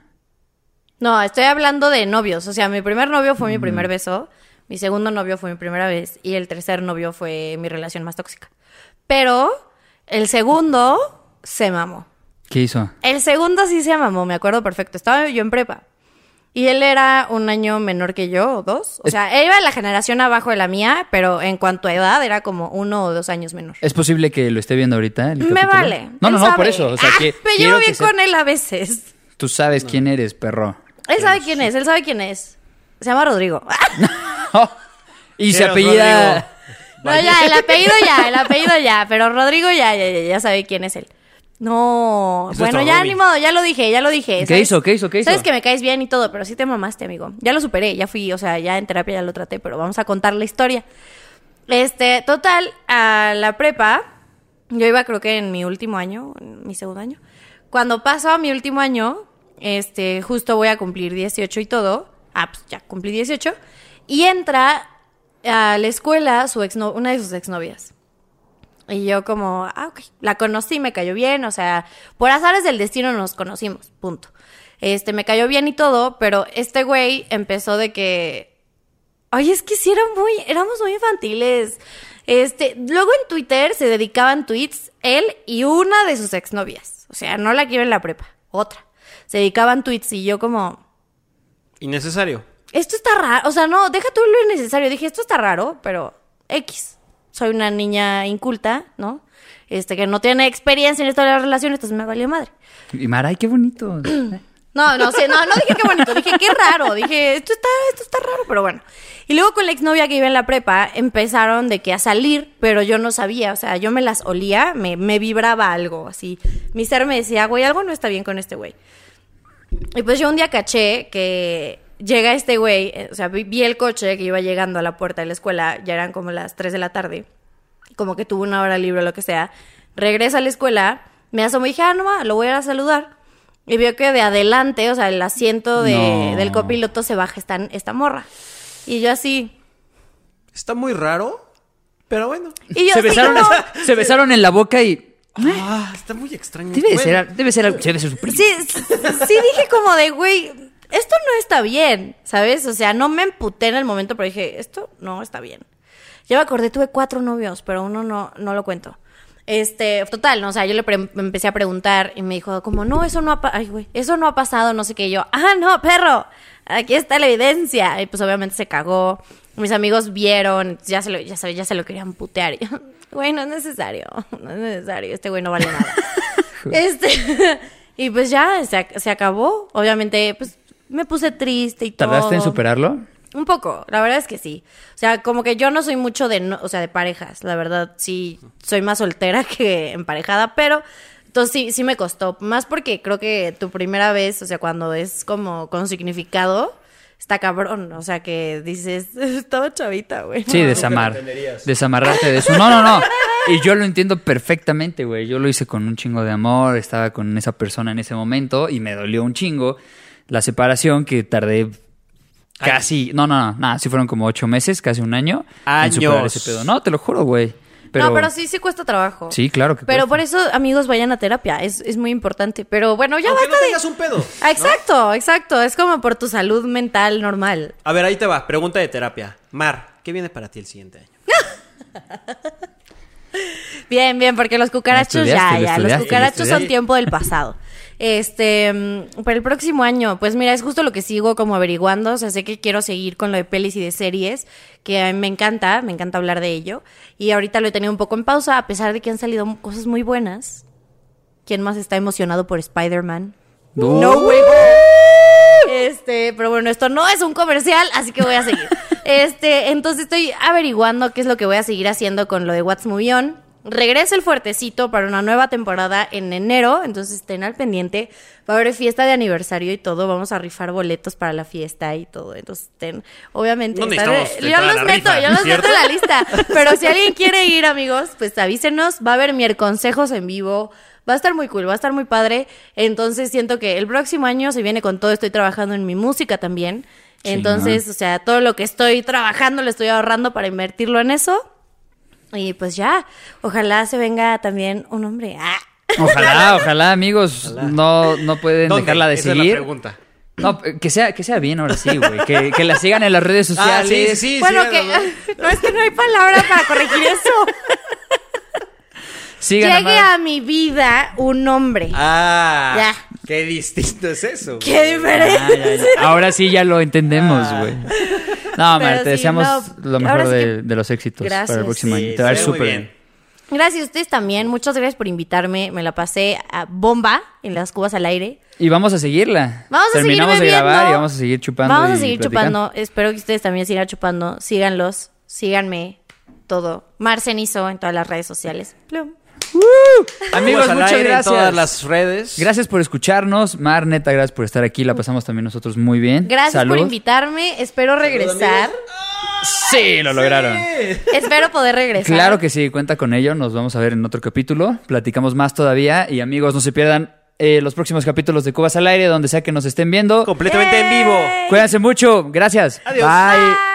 [SPEAKER 4] No, estoy hablando de novios. O sea, mi primer novio fue mi primer beso, mi segundo novio fue mi primera vez y el tercer novio fue mi relación más tóxica. Pero el segundo se mamó.
[SPEAKER 1] ¿Qué hizo?
[SPEAKER 4] El segundo sí se mamó, me acuerdo perfecto. Estaba yo en prepa. Y él era un año menor que yo, o dos. O sea, él iba en la generación abajo de la mía, pero en cuanto a edad era como uno o dos años menor.
[SPEAKER 1] ¿Es posible que lo esté viendo ahorita? el
[SPEAKER 4] Me
[SPEAKER 1] capítulo?
[SPEAKER 4] vale.
[SPEAKER 1] No, no,
[SPEAKER 4] él
[SPEAKER 1] no,
[SPEAKER 4] sabe.
[SPEAKER 1] por eso. O sea,
[SPEAKER 4] Ah,
[SPEAKER 1] que,
[SPEAKER 4] me
[SPEAKER 1] quiero
[SPEAKER 4] llevo
[SPEAKER 1] que
[SPEAKER 4] bien
[SPEAKER 1] se-
[SPEAKER 4] con él a veces.
[SPEAKER 1] Tú sabes quién eres, perro.
[SPEAKER 4] Él sabe quién es, él sabe quién es. Se llama Rodrigo.
[SPEAKER 1] Oh, y se
[SPEAKER 2] Pero,
[SPEAKER 1] apellida.
[SPEAKER 2] Rodrigo,
[SPEAKER 4] No, ya, el apellido ya, el apellido ya, pero Rodrigo ya, ya, ya, ya sabe quién es él. No,
[SPEAKER 2] Es
[SPEAKER 4] bueno,
[SPEAKER 2] nuestro
[SPEAKER 4] ya
[SPEAKER 2] roomie.
[SPEAKER 4] ni modo, ya lo dije, ya lo dije.
[SPEAKER 1] ¿Qué
[SPEAKER 4] ¿sabes?
[SPEAKER 1] hizo? ¿Qué hizo? ¿Qué hizo?
[SPEAKER 4] Sabes que me caes bien y todo, pero sí te mamaste, amigo. Ya lo superé, ya fui, o sea, ya en terapia ya lo traté, pero vamos a contar la historia. Este, total, a la prepa, yo iba creo que en mi último año, en mi segundo año. Cuando paso a mi último año, este, justo voy a cumplir 18 y todo. Ah, pues ya cumplí 18. Y entra a la escuela su exno- una de sus exnovias. Y yo como, ah, ok, la conocí, me cayó bien, o sea, por azares del destino nos conocimos, punto. Este, me cayó bien y todo, pero este güey empezó de que Ay, es que sí eran muy, éramos muy infantiles. Este, luego en Twitter se dedicaban tweets él y una de sus exnovias. O sea, no la quiero en la prepa, otra. Se dedicaban tweets y yo como,
[SPEAKER 2] Innecesario.
[SPEAKER 4] esto está raro. O sea, no, deja tú lo innecesario. Dije, esto está raro, pero X. Soy una niña inculta, ¿no? Este, que no tiene experiencia en esto de las relaciones, entonces me valió madre.
[SPEAKER 1] Y Mara, ay, qué bonito.
[SPEAKER 4] No, no sé, no, no dije qué bonito, dije qué raro, dije esto está, esto está raro, pero bueno. Y luego con la exnovia que iba en la prepa empezaron de que a salir, pero yo no sabía, o sea, yo me las olía, me, me vibraba algo, así. Mi ser me decía, güey, algo no está bien con este güey. Y pues yo un día caché que llega este güey, eh, o sea, vi, vi el coche que iba llegando a la puerta de la escuela, ya eran como las 3 de la tarde. como que tuvo una hora libre o lo que sea, regresa a la escuela, me asomo y dije, ah, no, ma, lo voy a ir a saludar. Y veo que de adelante, o sea, el asiento de-
[SPEAKER 1] No.
[SPEAKER 4] del copiloto se baja esta, esta morra. Y yo así.
[SPEAKER 2] Está muy raro, pero bueno.
[SPEAKER 4] Y yo
[SPEAKER 1] se,
[SPEAKER 4] así
[SPEAKER 1] besaron,
[SPEAKER 4] como-
[SPEAKER 1] se besaron en la boca y...
[SPEAKER 2] Ah, está muy extraño.
[SPEAKER 1] Debe de
[SPEAKER 2] Bueno,
[SPEAKER 1] ser, debe ser, algo- debe ser su primo.
[SPEAKER 4] Sí, sí dije como de, güey, esto no está bien, ¿sabes? O sea, no me emputé en el momento, pero dije, esto no está bien. Ya me acordé, tuve cuatro novios, pero uno no, no lo cuento. Este, total, no, o sea, yo le pre- me empecé a preguntar y me dijo como, no, eso no ha pasado, ay, güey, eso no ha pasado, no sé qué, y yo, ah, no, perro, aquí está la evidencia. Y pues obviamente se cagó, mis amigos vieron, ya se lo, ya se, ya se lo querían putear, y yo, güey, no es necesario, no es necesario, este güey no vale nada. Este, y pues ya, se, ac- se acabó. Obviamente, pues me puse triste y todo.
[SPEAKER 1] ¿Tardaste en superarlo?
[SPEAKER 4] Un poco, la verdad es que sí. O sea, como que yo no soy mucho de, no- o sea, de parejas. La verdad, sí, soy más soltera que emparejada, pero entonces sí, sí me costó. Más porque creo que tu primera vez, o sea, cuando es como con significado, está cabrón. O sea, que dices, estaba chavita, güey.
[SPEAKER 1] Sí, desamar. Desamarrarte de eso. No, no, no. Y yo lo entiendo perfectamente, güey. Yo lo hice con un chingo de amor, estaba con esa persona en ese momento y me dolió un chingo la separación que tardé casi, no, no, no, nada, sí fueron como ocho meses, casi un año
[SPEAKER 2] Años.
[SPEAKER 1] en superar ese pedo. No, te lo juro, güey. Pero,
[SPEAKER 4] no, pero sí, sí cuesta trabajo.
[SPEAKER 1] Sí, claro que
[SPEAKER 4] Pero
[SPEAKER 1] cuesta.
[SPEAKER 4] por eso, amigos, vayan a terapia. Es, es muy importante. Pero bueno, ya
[SPEAKER 2] Aunque
[SPEAKER 4] basta
[SPEAKER 2] no
[SPEAKER 4] de...
[SPEAKER 2] tengas un pedo.
[SPEAKER 4] Ah, Exacto, exacto. Es como por tu salud mental normal.
[SPEAKER 2] A ver, ahí te va. Pregunta de terapia. Mar, ¿qué viene para ti el siguiente año?
[SPEAKER 4] Bien, bien, porque los cucarachos ya,
[SPEAKER 1] estudiaste, lo
[SPEAKER 4] ya. Los
[SPEAKER 1] estudiaste, lo
[SPEAKER 4] cucarachos son
[SPEAKER 1] estudiaste.
[SPEAKER 4] tiempo del pasado. Este, mm, para el próximo año, pues mira, es justo lo que sigo como averiguando. O sea, sé que quiero seguir con lo de pelis y de series, que a mí me encanta, me encanta hablar de ello. Y ahorita lo he tenido un poco en pausa, a pesar de que han salido cosas muy buenas. ¿Quién más está emocionado por Spider-Man?
[SPEAKER 1] No,
[SPEAKER 4] Este, pero bueno, esto no es un comercial, así que voy a seguir. Este, entonces estoy averiguando qué es lo que voy a seguir haciendo con lo de What's Movie On. Regresa el fuertecito para una nueva temporada en enero, entonces estén al pendiente. Va a haber fiesta de aniversario y todo, vamos a rifar boletos para la fiesta y todo. Entonces estén, obviamente,
[SPEAKER 2] No
[SPEAKER 4] están-
[SPEAKER 2] necesitamos
[SPEAKER 4] yo
[SPEAKER 2] entrar a
[SPEAKER 4] los
[SPEAKER 2] la
[SPEAKER 4] meto,
[SPEAKER 2] rifa,
[SPEAKER 4] yo los
[SPEAKER 2] ¿cierto?
[SPEAKER 4] meto en la lista. Pero si alguien quiere ir, amigos, pues avísenos. Va a haber miérconsejos en vivo. Va a estar muy cool, va a estar muy padre. Entonces siento que el próximo año se viene con todo. Estoy trabajando en mi música también. Entonces, o sea, todo lo que estoy trabajando lo estoy ahorrando para invertirlo en eso. Y pues ya, ojalá se venga también un hombre. ¡Ah!
[SPEAKER 1] Ojalá, ojalá, amigos, no, no pueden
[SPEAKER 2] ¿Dónde?
[SPEAKER 1] dejarla de
[SPEAKER 2] Esa es la
[SPEAKER 1] seguir.
[SPEAKER 2] pregunta.
[SPEAKER 1] no, que sea, que sea bien ahora sí, güey. Que, que la sigan en las redes sociales.
[SPEAKER 4] bueno,
[SPEAKER 2] Ah, sí,
[SPEAKER 4] que
[SPEAKER 2] ¿verdad?
[SPEAKER 4] no es que no hay palabra para corregir eso.
[SPEAKER 1] Sigan a
[SPEAKER 4] Llegue
[SPEAKER 1] Mar-
[SPEAKER 4] a mi vida un hombre.
[SPEAKER 2] Ah,
[SPEAKER 4] Ya.
[SPEAKER 2] qué distinto es eso.
[SPEAKER 4] ¡Qué diferente!
[SPEAKER 1] Ah, ya, ya. Ahora sí ya lo entendemos, güey. No, Mar,
[SPEAKER 4] Ah. Pero
[SPEAKER 1] te
[SPEAKER 4] sí,
[SPEAKER 1] deseamos
[SPEAKER 4] no,
[SPEAKER 1] lo mejor
[SPEAKER 4] ahora sí
[SPEAKER 1] de,
[SPEAKER 4] que-
[SPEAKER 1] de los éxitos para
[SPEAKER 4] Gracias.
[SPEAKER 1] el próximo
[SPEAKER 2] Sí,
[SPEAKER 1] año. Te va a ir
[SPEAKER 2] se ve muy
[SPEAKER 1] súper
[SPEAKER 2] bien.
[SPEAKER 1] bien.
[SPEAKER 4] Gracias a ustedes también. Muchas gracias por invitarme. Me la pasé a bomba en las cubas al aire.
[SPEAKER 1] Y vamos a seguirla.
[SPEAKER 4] Vamos a
[SPEAKER 1] Terminamos
[SPEAKER 4] seguir
[SPEAKER 1] de
[SPEAKER 4] bebiendo.
[SPEAKER 1] grabar y vamos a seguir chupando.
[SPEAKER 4] Vamos a
[SPEAKER 1] y
[SPEAKER 4] seguir
[SPEAKER 1] platicando.
[SPEAKER 4] chupando. Espero que ustedes también sigan chupando. Síganlos, síganme, todo. Marcenizo en todas las redes sociales. Plum.
[SPEAKER 1] Amigos,
[SPEAKER 2] Estamos al
[SPEAKER 1] muchas
[SPEAKER 2] aire en
[SPEAKER 1] gracias.
[SPEAKER 2] todas las redes.
[SPEAKER 1] Gracias por escucharnos. Mar, neta, gracias por estar aquí. La pasamos también nosotros muy bien.
[SPEAKER 4] Gracias
[SPEAKER 1] Salud.
[SPEAKER 4] por invitarme. Espero regresar.
[SPEAKER 1] Sí, lo lograron.
[SPEAKER 4] Espero poder regresar.
[SPEAKER 1] Claro que sí, cuenta con ello. Nos vamos a ver en otro capítulo. Platicamos más todavía. Y amigos, no se pierdan eh, los próximos capítulos de Cubas al Aire, donde sea que nos estén viendo.
[SPEAKER 2] Completamente en vivo.
[SPEAKER 1] Cuídense mucho. Gracias.
[SPEAKER 2] Adiós.
[SPEAKER 1] Bye.
[SPEAKER 4] Bye.